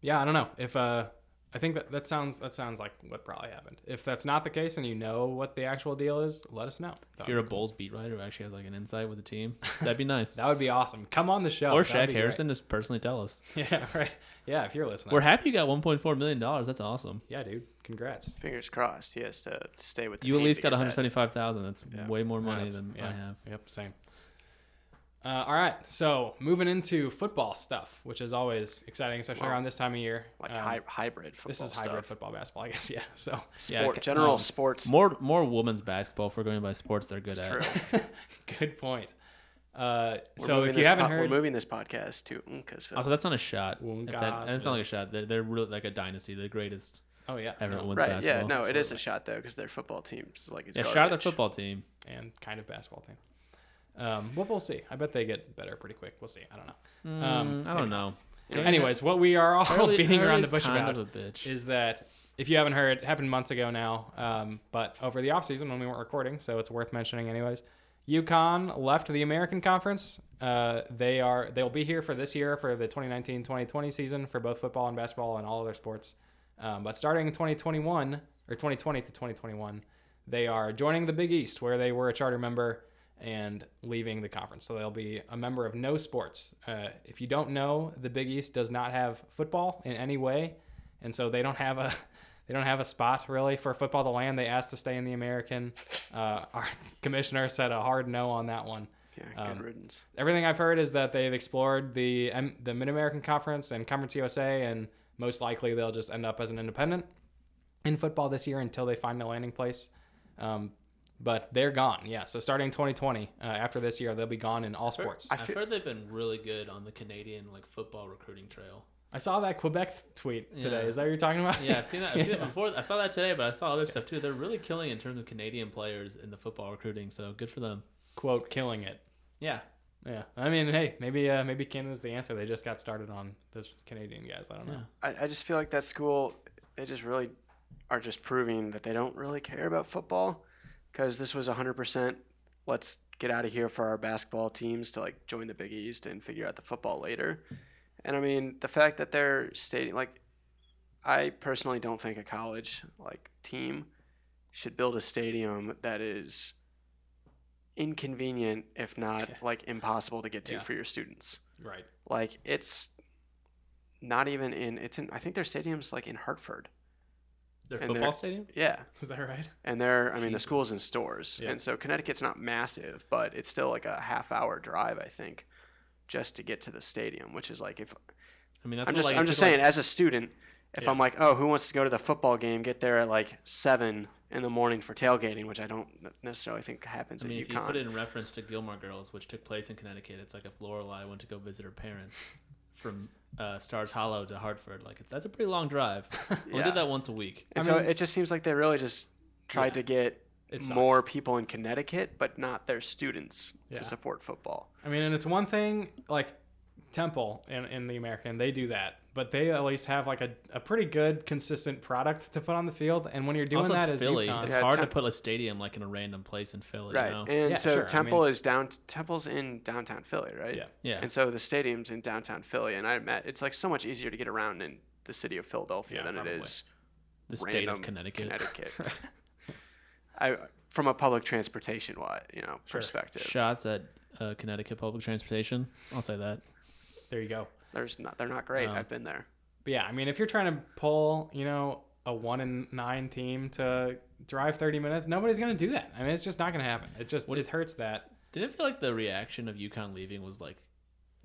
[SPEAKER 2] Yeah, I don't know if uh, I think that that sounds that sounds like what probably happened. If that's not the case and you know what the actual deal is, let us know. That
[SPEAKER 1] If you're a
[SPEAKER 2] would,
[SPEAKER 1] Bulls beat writer who actually has like an insight with the team, that'd be nice.
[SPEAKER 2] that would be awesome. Come on the show.
[SPEAKER 1] or
[SPEAKER 2] That'd
[SPEAKER 1] Shaq
[SPEAKER 2] be great.
[SPEAKER 1] Harrison just personally tell us.
[SPEAKER 2] Yeah, right. Yeah, if you're listening.
[SPEAKER 1] We're happy you got 1.4 million dollars. That's awesome.
[SPEAKER 2] yeah, dude. Congrats.
[SPEAKER 3] Fingers crossed. He has to stay with. The
[SPEAKER 1] You at
[SPEAKER 3] team
[SPEAKER 1] least
[SPEAKER 3] to
[SPEAKER 1] got
[SPEAKER 3] get that.
[SPEAKER 1] 175,000. That's
[SPEAKER 3] Yeah.
[SPEAKER 1] way more
[SPEAKER 2] Yeah,
[SPEAKER 1] money
[SPEAKER 2] that's-
[SPEAKER 1] than
[SPEAKER 2] yeah.
[SPEAKER 1] I have.
[SPEAKER 2] Yep, same. Uh, all right, so moving into football stuff, which is always exciting, especially
[SPEAKER 3] Well,
[SPEAKER 2] around this time of year.
[SPEAKER 3] Like
[SPEAKER 2] Um,
[SPEAKER 3] hy- hybrid football.
[SPEAKER 2] this is
[SPEAKER 3] stuff.
[SPEAKER 2] hybrid football basketball, I guess. Yeah. So
[SPEAKER 1] Yeah,
[SPEAKER 3] Sport,
[SPEAKER 1] ca-
[SPEAKER 3] general
[SPEAKER 1] um,
[SPEAKER 3] sports.
[SPEAKER 1] More more women's basketball. If we're going by sports, they're good
[SPEAKER 3] It's
[SPEAKER 1] at.
[SPEAKER 3] true.
[SPEAKER 2] good point. Uh,
[SPEAKER 3] We're
[SPEAKER 2] so
[SPEAKER 3] moving
[SPEAKER 2] if you
[SPEAKER 3] this
[SPEAKER 2] haven't
[SPEAKER 3] pod-
[SPEAKER 2] heard,
[SPEAKER 3] we're moving this podcast to Uncasville.
[SPEAKER 1] Also, that's not a shot.
[SPEAKER 2] Well,
[SPEAKER 1] If that-
[SPEAKER 2] guys,
[SPEAKER 1] that's not like a shot. They're, they're really like a dynasty, the greatest
[SPEAKER 2] oh yeah,
[SPEAKER 1] ever at
[SPEAKER 2] no,
[SPEAKER 1] women's
[SPEAKER 3] right?
[SPEAKER 1] basketball.
[SPEAKER 3] Yeah. No, it is a shot though because their football team's like it's
[SPEAKER 1] Yeah,
[SPEAKER 3] garbage.
[SPEAKER 1] shout out their football team.
[SPEAKER 2] and kind of basketball thing. Um, well, we'll see. I bet they get better pretty quick. We'll see. I don't know. Um,
[SPEAKER 1] Mm, I don't know.
[SPEAKER 3] Anyways,
[SPEAKER 2] Anyways, what we are all
[SPEAKER 1] Hurley-
[SPEAKER 2] beating around the
[SPEAKER 1] Hurley's
[SPEAKER 2] bush
[SPEAKER 1] kind
[SPEAKER 2] about
[SPEAKER 1] of a bitch.
[SPEAKER 2] is that if you haven't heard, it happened months ago now, um, but over the offseason when we weren't recording, so it's worth mentioning anyways. UConn left the American Conference. Uh, they are they'll be here for this year for the 2019-2020 season for both football and basketball and all other sports. Um, but starting in 2021 or 2020 to 2021, they are joining the Big East where they were a charter member and leaving the conference. So they'll be a member of no sports. Uh, if you don't know, the Big East does not have football in any way and so they don't have a they don't have a spot really for football to land. They asked to stay in the American. Uh, our commissioner said a hard no on that one.
[SPEAKER 3] yeah,
[SPEAKER 2] um,
[SPEAKER 3] good riddance.
[SPEAKER 2] Everything I've heard is that they've explored the M- the Mid American Conference and Conference USA, and most likely they'll just end up as an independent in football this year until they find a landing place. Um, but they're gone. Yeah. So starting 2020, uh, after this year, they'll be gone in all sports.
[SPEAKER 3] I
[SPEAKER 1] I've
[SPEAKER 3] feel-
[SPEAKER 1] heard they've been really good on the Canadian like football recruiting trail.
[SPEAKER 2] I saw that Quebec tweet today.
[SPEAKER 1] Yeah.
[SPEAKER 2] Is that what you're talking about?
[SPEAKER 1] Yeah, I've seen that. I've seen
[SPEAKER 2] Yeah.
[SPEAKER 1] that before. I saw that today, but I saw other stuff too. They're really killing in terms of Canadian players in the football recruiting. So good for them.
[SPEAKER 2] Quote, killing it.
[SPEAKER 1] Yeah,
[SPEAKER 2] Yeah, I mean, hey, maybe uh, maybe Canada's the answer. They just got started on those Canadian guys. I don't know.
[SPEAKER 1] Yeah.
[SPEAKER 3] I, I just feel like that school, they just really are just proving that they don't really care about football because this was 100% let's get out of here for our basketball teams to like join the Big East and figure out the football later. And I mean, the fact that they're stating, like, I personally don't think a college like team should build a stadium that is inconvenient if not
[SPEAKER 2] Yeah.
[SPEAKER 3] like impossible to get to
[SPEAKER 2] Yeah.
[SPEAKER 3] for your students
[SPEAKER 2] Right.
[SPEAKER 3] like it's not even in it's in i think their stadium's like in hartford
[SPEAKER 1] their
[SPEAKER 3] And
[SPEAKER 1] football
[SPEAKER 3] they're-
[SPEAKER 1] stadium.
[SPEAKER 3] yeah
[SPEAKER 2] Is that right?
[SPEAKER 3] and they're i mean the
[SPEAKER 1] Jesus.
[SPEAKER 3] school's in stores
[SPEAKER 2] Yeah.
[SPEAKER 3] and so connecticut's not massive but it's still like a half hour drive i think just to get to the stadium which is like if
[SPEAKER 1] I mean, that's
[SPEAKER 3] i'm
[SPEAKER 1] what,
[SPEAKER 3] just
[SPEAKER 1] like, it
[SPEAKER 3] i'm just
[SPEAKER 1] took, like-
[SPEAKER 3] saying as a student if
[SPEAKER 1] Yeah.
[SPEAKER 3] i'm like oh who wants to go to the football game get there at like seven in the morning for tailgating which i don't necessarily think happens
[SPEAKER 1] I mean,
[SPEAKER 3] at
[SPEAKER 1] if you put
[SPEAKER 3] UConn.
[SPEAKER 1] it in reference to Gilmore Girls, which took place in Connecticut, it's like if Lorelai went to go visit her parents from uh, Stars Hollow to Hartford. Like that's a pretty long drive. We
[SPEAKER 3] Yeah.
[SPEAKER 1] did that once a week.
[SPEAKER 3] and
[SPEAKER 2] I
[SPEAKER 3] so
[SPEAKER 2] mean-
[SPEAKER 3] it just seems like they really just tried
[SPEAKER 2] Yeah.
[SPEAKER 3] to get
[SPEAKER 2] It sucks.
[SPEAKER 3] more people in connecticut but not their students
[SPEAKER 2] Yeah.
[SPEAKER 3] to support football
[SPEAKER 2] I mean, and it's one thing like Temple in, in the American, they do that, but they at least have like a, a pretty good consistent product to put on the field. And when you're doing
[SPEAKER 1] also,
[SPEAKER 2] that
[SPEAKER 1] it's
[SPEAKER 2] as
[SPEAKER 1] Philly.
[SPEAKER 2] UConn,
[SPEAKER 1] It's
[SPEAKER 3] Yeah,
[SPEAKER 1] hard
[SPEAKER 3] Tem-
[SPEAKER 1] to put a stadium like in a random place in Philly.
[SPEAKER 3] Right.
[SPEAKER 1] You know?
[SPEAKER 3] And
[SPEAKER 2] Yeah,
[SPEAKER 3] so
[SPEAKER 2] sure, I
[SPEAKER 3] Temple
[SPEAKER 2] mean-
[SPEAKER 3] is down Temple's in downtown Philly, right?
[SPEAKER 2] Yeah.
[SPEAKER 1] Yeah.
[SPEAKER 3] And so the stadium's in downtown Philly and I met it's like so much easier to get around in the city of Philadelphia
[SPEAKER 2] Yeah,
[SPEAKER 3] than
[SPEAKER 2] probably.
[SPEAKER 3] it is
[SPEAKER 1] the state of
[SPEAKER 3] random
[SPEAKER 1] Connecticut.
[SPEAKER 3] Connecticut. I from a public transportation wise, you know,
[SPEAKER 2] Sure.
[SPEAKER 3] perspective.
[SPEAKER 1] Shots at uh, Connecticut public transportation. I'll say that.
[SPEAKER 2] there you go.
[SPEAKER 3] There's not they're not great. I've been there.
[SPEAKER 2] But yeah, I mean, if you're trying to pull, you know, a one and nine team to drive 30 minutes, nobody's going to do that. I mean, it's just not going to happen. It just it hurts that.
[SPEAKER 1] Did it feel like the reaction of UConn leaving was like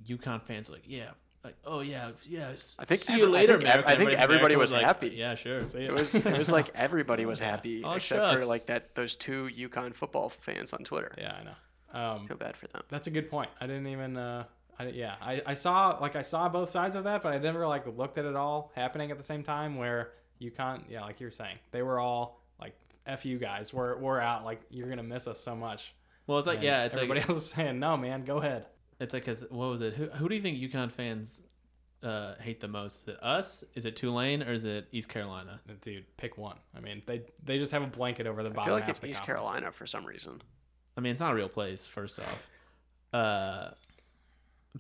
[SPEAKER 1] UConn fans like yeah like oh yeah yeah s-
[SPEAKER 3] I think
[SPEAKER 1] see
[SPEAKER 3] every-
[SPEAKER 1] you
[SPEAKER 3] I
[SPEAKER 1] later
[SPEAKER 3] think ev-
[SPEAKER 1] America.
[SPEAKER 3] I think
[SPEAKER 1] America
[SPEAKER 3] everybody was
[SPEAKER 1] like,
[SPEAKER 3] happy.
[SPEAKER 1] yeah sure
[SPEAKER 3] It was it was like everybody was
[SPEAKER 1] Yeah.
[SPEAKER 3] happy
[SPEAKER 1] Oh,
[SPEAKER 3] except for
[SPEAKER 1] shucks.
[SPEAKER 3] like that those two Yukon football fans on Twitter.
[SPEAKER 2] Yeah, I know. Um,
[SPEAKER 3] Feel bad for them.
[SPEAKER 2] That's a good point. I didn't even. Uh, I, yeah, I, I saw like I saw both sides of that, but I never like looked at it all happening at the same time. Where you can't, yeah, like you were saying, they were all like, "F you guys, we're we're out. Like you're gonna miss us so much."
[SPEAKER 1] well it's like
[SPEAKER 2] And
[SPEAKER 1] yeah it's
[SPEAKER 2] everybody
[SPEAKER 1] like
[SPEAKER 2] else is saying, "No, man, go ahead."
[SPEAKER 1] it's like 'cause- what was it who, who do you think UConn fans uh, hate the most? Is it us? Is it Tulane? Or is it East Carolina?
[SPEAKER 2] Dude, pick one. I mean, they they just have a blanket over the
[SPEAKER 3] I
[SPEAKER 2] bottom.
[SPEAKER 3] feel like
[SPEAKER 2] half
[SPEAKER 3] it's
[SPEAKER 2] of the
[SPEAKER 3] East
[SPEAKER 2] conference.
[SPEAKER 3] Carolina for some reason.
[SPEAKER 1] I mean, it's not a real place, first off. Uh,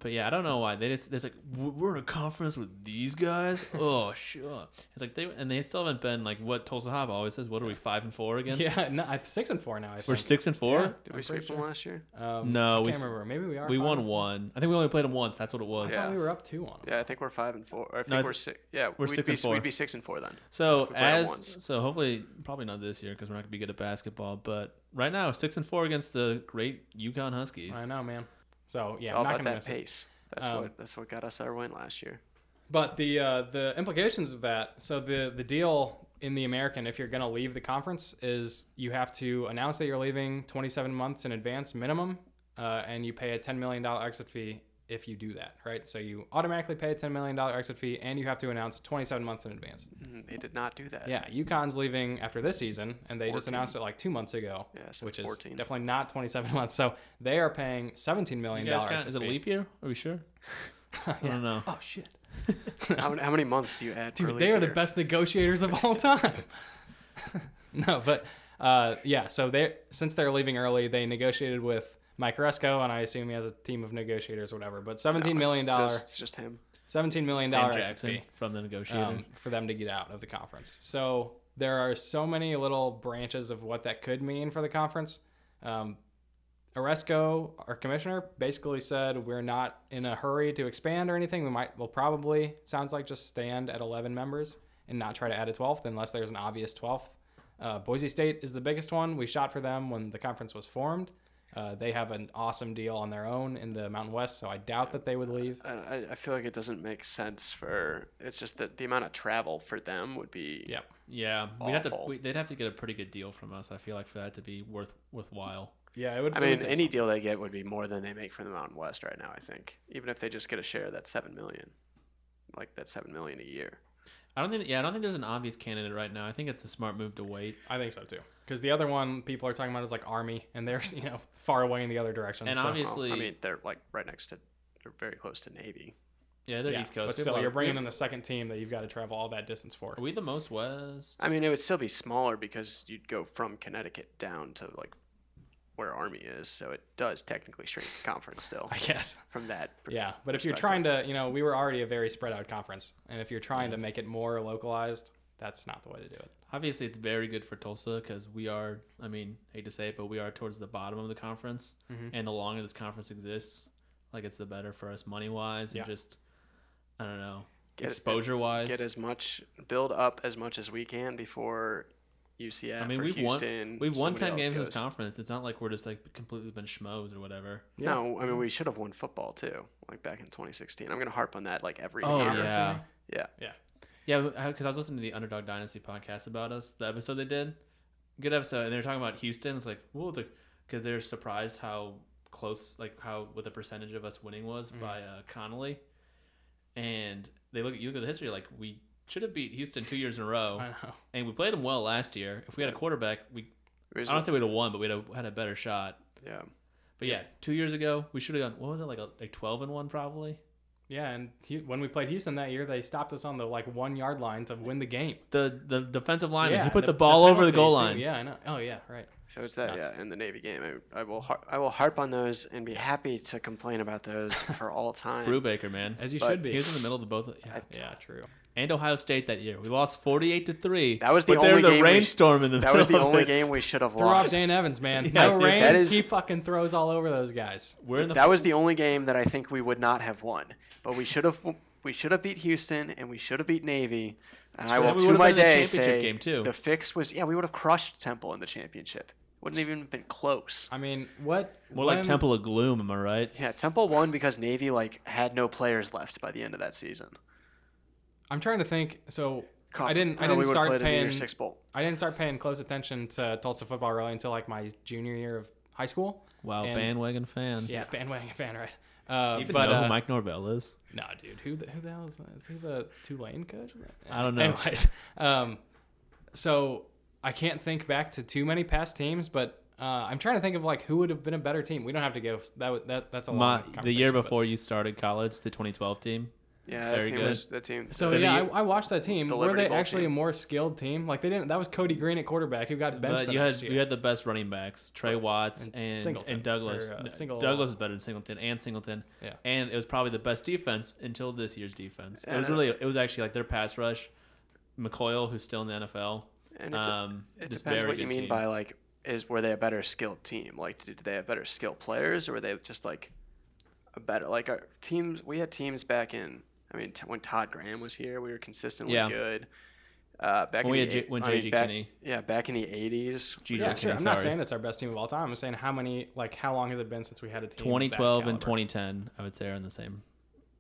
[SPEAKER 1] but yeah, I don't know why they just there's like "W- we're in a conference with these guys. Oh sure, it's like they and they still haven't been like what Tulsa Hop always says. What are we five and four against?
[SPEAKER 2] Yeah, no, I- six and four now. I
[SPEAKER 1] we're
[SPEAKER 2] think.
[SPEAKER 1] six and four.
[SPEAKER 2] Yeah.
[SPEAKER 3] Did
[SPEAKER 2] I'm
[SPEAKER 3] we
[SPEAKER 2] pretty
[SPEAKER 3] sweep them
[SPEAKER 2] sure.
[SPEAKER 3] last year?
[SPEAKER 2] Um,
[SPEAKER 1] No,
[SPEAKER 2] I
[SPEAKER 1] we
[SPEAKER 2] can't
[SPEAKER 1] s-
[SPEAKER 2] remember. Maybe we are.
[SPEAKER 1] We
[SPEAKER 2] five
[SPEAKER 1] won
[SPEAKER 2] and four.
[SPEAKER 1] one. I think we only played them once. That's what it
[SPEAKER 2] I
[SPEAKER 1] was.
[SPEAKER 2] thought
[SPEAKER 3] Yeah.
[SPEAKER 2] we were up two on it.
[SPEAKER 3] Yeah, I think we're five and four. Or I think
[SPEAKER 1] No, I
[SPEAKER 3] we're
[SPEAKER 1] th-
[SPEAKER 3] six. Yeah,
[SPEAKER 1] we're
[SPEAKER 3] we'd
[SPEAKER 1] six
[SPEAKER 3] be,
[SPEAKER 1] and four.
[SPEAKER 3] We'd be six and four then.
[SPEAKER 1] So
[SPEAKER 3] If we played 'em
[SPEAKER 1] as
[SPEAKER 3] once.
[SPEAKER 1] so hopefully probably not this year because we're not gonna be good at basketball. But right now six and four against the great Yukon Huskies.
[SPEAKER 2] I know, man. So yeah,
[SPEAKER 3] it's all
[SPEAKER 2] I'm not
[SPEAKER 3] about
[SPEAKER 2] gonna
[SPEAKER 3] that
[SPEAKER 2] miss it.
[SPEAKER 3] pace. That's
[SPEAKER 2] Um,
[SPEAKER 3] what that's what got us our win last year.
[SPEAKER 2] But the uh, the implications of that. So the the deal in the American, if you're going to leave the conference, is you have to announce that you're leaving 27 months in advance minimum, uh, and you pay a 10 million dollar exit fee if you do that, right? So you automatically pay a 10 million dollar exit fee, and you have to announce 27 months in advance.
[SPEAKER 3] Mm, They did not do that.
[SPEAKER 2] Yeah, UConn's leaving after this season, and they just
[SPEAKER 3] 14.
[SPEAKER 2] announced it like two months ago,
[SPEAKER 3] Yeah, so
[SPEAKER 2] which
[SPEAKER 3] it's
[SPEAKER 2] is
[SPEAKER 3] 14.
[SPEAKER 2] definitely not 27 months. So they are paying 17
[SPEAKER 1] You
[SPEAKER 2] million
[SPEAKER 1] guys
[SPEAKER 2] dollars.
[SPEAKER 1] count, is it leap year? Are we sure? I don't know.
[SPEAKER 2] Oh shit.
[SPEAKER 3] How, many- how many months do you add? per
[SPEAKER 2] Dude,
[SPEAKER 3] leap
[SPEAKER 2] they are the
[SPEAKER 3] year?
[SPEAKER 2] best negotiators of all time. no, but uh, yeah. So they since they're leaving early, they negotiated with Mike Resco, and I assume he has a team of negotiators, or whatever. But
[SPEAKER 3] No,
[SPEAKER 2] seventeen million
[SPEAKER 3] it's
[SPEAKER 2] dollar,
[SPEAKER 3] just- It's just him.
[SPEAKER 2] seventeen million
[SPEAKER 1] Sam
[SPEAKER 2] dollar
[SPEAKER 1] Jackson
[SPEAKER 2] fee
[SPEAKER 1] from the negotiators.
[SPEAKER 2] um, for them to get out of the conference. So there are so many little branches of what that could mean for the conference. Um, Oresco, our commissioner, basically said we're not in a hurry to expand or anything. We might, we'll probably sounds like just stand at 11 members and not try to add a 12th unless there's an obvious 12th. Uh, Boise State is the biggest one. We shot for them when the conference was formed. Uh, they have an awesome deal on their own in the Mountain West, so I doubt that they would leave.
[SPEAKER 3] I, I- I feel like it doesn't make sense for. It's just that the amount of travel for them would be.
[SPEAKER 2] Yep.
[SPEAKER 1] yeah, we would have to.
[SPEAKER 3] awful.
[SPEAKER 1] We, they'd have to get a pretty good deal from us. I feel like for that to be worth worthwhile.
[SPEAKER 2] Yeah, it would.
[SPEAKER 3] I mean, any deal they get would be more than they make from the Mountain West right now. I think, even if they just get a share of that seven million, like that seven million a year.
[SPEAKER 1] I don't think. Yeah, I don't think there's an obvious candidate right now. I think it's a smart move to wait.
[SPEAKER 2] I think so too. Because the other one people are talking about is like Army, and they're you know far away in the other direction.
[SPEAKER 1] And
[SPEAKER 2] so,
[SPEAKER 1] obvious-
[SPEAKER 3] Well, I
[SPEAKER 1] Obviously-
[SPEAKER 3] mean, they're like right next to. They're very close to Navy.
[SPEAKER 1] Yeah, they're
[SPEAKER 2] yeah,
[SPEAKER 1] East Coast. We
[SPEAKER 2] But
[SPEAKER 1] have a
[SPEAKER 2] still,
[SPEAKER 1] lot
[SPEAKER 2] you're
[SPEAKER 1] of-
[SPEAKER 2] bringing
[SPEAKER 1] we-
[SPEAKER 2] in the second team that you've got to travel all that distance for.
[SPEAKER 1] Are we the most west?
[SPEAKER 3] I mean, it would still be smaller because you'd go from Connecticut down to like where Army is, so it does technically shrink the conference still
[SPEAKER 2] I guess.
[SPEAKER 3] from that. per-
[SPEAKER 2] Yeah, but if you're trying to, you know, we were already a very spread out conference, and if you're trying
[SPEAKER 1] Mm-hmm.
[SPEAKER 2] to make it more localized, that's not the way to do it.
[SPEAKER 1] Obviously, it's very good for Tulsa because we are. I mean, hate to say it, but we are towards the bottom of the conference,
[SPEAKER 3] Mm-hmm.
[SPEAKER 1] and the longer this conference exists, like it's the better for us money wise and
[SPEAKER 2] Yeah.
[SPEAKER 1] just I don't know
[SPEAKER 3] Get-
[SPEAKER 1] exposure wise.
[SPEAKER 3] Get as much, build up as much as we can before UCF.
[SPEAKER 1] I mean,
[SPEAKER 3] or
[SPEAKER 1] we've
[SPEAKER 3] Houston,
[SPEAKER 1] won we've won
[SPEAKER 3] somebody
[SPEAKER 1] ten
[SPEAKER 3] else
[SPEAKER 1] games in this
[SPEAKER 3] goes.
[SPEAKER 1] conference. It's not like we're just like completely been schmoes or whatever.
[SPEAKER 3] No,
[SPEAKER 1] Mm.
[SPEAKER 3] I mean we should have won football too, like back in 2016. I'm gonna harp on that like every
[SPEAKER 1] Oh
[SPEAKER 3] year.
[SPEAKER 1] yeah,
[SPEAKER 3] yeah.
[SPEAKER 1] yeah. Because I was listening to the Underdog Dynasty podcast about us, the episode they did, good episode, and they were talking about Houston. It's like, well, it's because they're surprised how close, like how what the percentage of us winning was
[SPEAKER 2] Mm.
[SPEAKER 1] by uh, Connolly, and they look you look at the history, like we should have beat Houston two years in a row,
[SPEAKER 2] I know.
[SPEAKER 1] and we played them well last year. If we had a quarterback, we
[SPEAKER 3] It was-
[SPEAKER 1] honestly we'd have won, but we'd have had a better shot.
[SPEAKER 3] yeah.
[SPEAKER 1] But yeah, two years ago we should have gone. What was it like? A, like twelve and one probably.
[SPEAKER 2] Yeah, and he, when we played Houston that year, they stopped us on the like one yard line to win the game.
[SPEAKER 1] The the defensive lineman
[SPEAKER 2] yeah,
[SPEAKER 1] he put the, ball over the
[SPEAKER 2] penalty,
[SPEAKER 1] goal
[SPEAKER 2] too.
[SPEAKER 1] line.
[SPEAKER 2] Yeah, I know. Oh yeah, right.
[SPEAKER 3] So it's that
[SPEAKER 2] Nuts.
[SPEAKER 3] yeah, in the Navy game. I, I will har- I will harp on those and be happy to complain about those for all time.
[SPEAKER 1] Brubaker, man.
[SPEAKER 2] As you
[SPEAKER 3] But
[SPEAKER 2] should be.
[SPEAKER 1] He was in the middle of the both. Yeah.
[SPEAKER 2] Yeah, true.
[SPEAKER 1] And Ohio State that year, we lost forty-eight to three.
[SPEAKER 3] That was the
[SPEAKER 1] but there
[SPEAKER 3] only
[SPEAKER 1] was
[SPEAKER 3] game
[SPEAKER 1] a
[SPEAKER 3] we sh-
[SPEAKER 1] rainstorm in the.
[SPEAKER 3] That was the
[SPEAKER 1] middle of
[SPEAKER 3] only
[SPEAKER 1] it.
[SPEAKER 3] game we should have
[SPEAKER 2] Throw off
[SPEAKER 3] lost.
[SPEAKER 2] Dan Evans, man.
[SPEAKER 1] Yeah,
[SPEAKER 2] no
[SPEAKER 1] seriously.
[SPEAKER 2] rain.
[SPEAKER 3] That is-
[SPEAKER 2] He fucking throws all over those guys.
[SPEAKER 1] We're in the.
[SPEAKER 3] That was the only game that I think we would not have won. But we should have we should have beat Houston and we should have beat Navy. And I
[SPEAKER 1] right.
[SPEAKER 3] will
[SPEAKER 1] We
[SPEAKER 3] to
[SPEAKER 1] would've been
[SPEAKER 3] my
[SPEAKER 1] in the
[SPEAKER 3] day
[SPEAKER 1] championship
[SPEAKER 3] say
[SPEAKER 1] game, too.
[SPEAKER 3] the fix was yeah we would have crushed Temple in the championship. Wouldn't even have been close.
[SPEAKER 2] I mean, what?
[SPEAKER 1] more
[SPEAKER 2] when-
[SPEAKER 1] like Temple of Gloom. Am I right?
[SPEAKER 3] Yeah, Temple won because Navy like had no players left by the end of that season.
[SPEAKER 2] I'm trying to think. So
[SPEAKER 3] Cough.
[SPEAKER 2] I didn't. I
[SPEAKER 3] Oh,
[SPEAKER 2] didn't
[SPEAKER 3] we would've
[SPEAKER 2] start
[SPEAKER 3] played in the year
[SPEAKER 2] paying.
[SPEAKER 3] six bowl.
[SPEAKER 2] I didn't start paying close attention to Tulsa football really until like my junior year of high school.
[SPEAKER 1] Wow,
[SPEAKER 2] And-
[SPEAKER 1] bandwagon fan.
[SPEAKER 2] Yeah, bandwagon fan, right? Uh,
[SPEAKER 1] Even
[SPEAKER 2] but
[SPEAKER 1] know
[SPEAKER 2] uh,
[SPEAKER 1] who Mike Norvell is.
[SPEAKER 2] no, dude, who the, who the hell is that? Is he the Tulane coach?
[SPEAKER 1] I don't know.
[SPEAKER 2] Anyways, um, so I can't think back to too many past teams, but uh, I'm trying to think of like who would have been a better team. We don't have to go that. would- That that's a
[SPEAKER 1] My,
[SPEAKER 2] lot.
[SPEAKER 1] the year before you started college, the 2012 team.
[SPEAKER 3] Yeah, that
[SPEAKER 1] Very
[SPEAKER 3] team
[SPEAKER 1] good.
[SPEAKER 3] was that team.
[SPEAKER 2] So
[SPEAKER 1] But
[SPEAKER 2] yeah,
[SPEAKER 1] you-
[SPEAKER 2] I, I watched that team.
[SPEAKER 3] the
[SPEAKER 2] Were
[SPEAKER 3] Liberty
[SPEAKER 2] they
[SPEAKER 3] Bowl
[SPEAKER 2] actually
[SPEAKER 3] team.
[SPEAKER 2] a more skilled team? Like they didn't. That was Cody Green at quarterback who got benched.
[SPEAKER 1] But
[SPEAKER 2] the
[SPEAKER 1] you
[SPEAKER 2] next
[SPEAKER 1] had
[SPEAKER 2] year.
[SPEAKER 1] you had the best running backs, Trey Watts
[SPEAKER 2] And
[SPEAKER 1] and and,
[SPEAKER 2] Singleton,
[SPEAKER 1] Douglas.
[SPEAKER 2] or, uh,
[SPEAKER 1] No,
[SPEAKER 2] Single-
[SPEAKER 1] Douglas is better than Singleton and Singleton.
[SPEAKER 2] Yeah.
[SPEAKER 1] And it was probably the best defense until this year's defense. It was
[SPEAKER 3] Yeah.
[SPEAKER 1] really it was actually like their pass rush, McCoyle who's still in the NFL.
[SPEAKER 3] and it, de-
[SPEAKER 1] Um,
[SPEAKER 3] it
[SPEAKER 1] this
[SPEAKER 3] depends
[SPEAKER 1] very
[SPEAKER 3] what you
[SPEAKER 1] good
[SPEAKER 3] mean
[SPEAKER 1] team.
[SPEAKER 3] by like is were they a better skilled team? Like did they have better skilled players or were they just like a better like our teams? We had teams back in. I mean, t- when Todd Graham was here, we were consistently
[SPEAKER 1] Yeah.
[SPEAKER 3] good. Uh, back
[SPEAKER 1] when we
[SPEAKER 3] in
[SPEAKER 1] had
[SPEAKER 3] the,
[SPEAKER 1] J- when
[SPEAKER 3] I mean,
[SPEAKER 1] JG
[SPEAKER 3] back-
[SPEAKER 1] Kinney,
[SPEAKER 3] yeah, back in the '80s,
[SPEAKER 1] GJ
[SPEAKER 2] Yeah,
[SPEAKER 1] Kinney,
[SPEAKER 2] sure. I'm
[SPEAKER 1] sorry.
[SPEAKER 2] not saying it's our best team of all time. I'm saying how many, like, how long has it been since we had a team? of that
[SPEAKER 1] 2012 and
[SPEAKER 2] caliber?
[SPEAKER 1] 2010, I would say are in the same.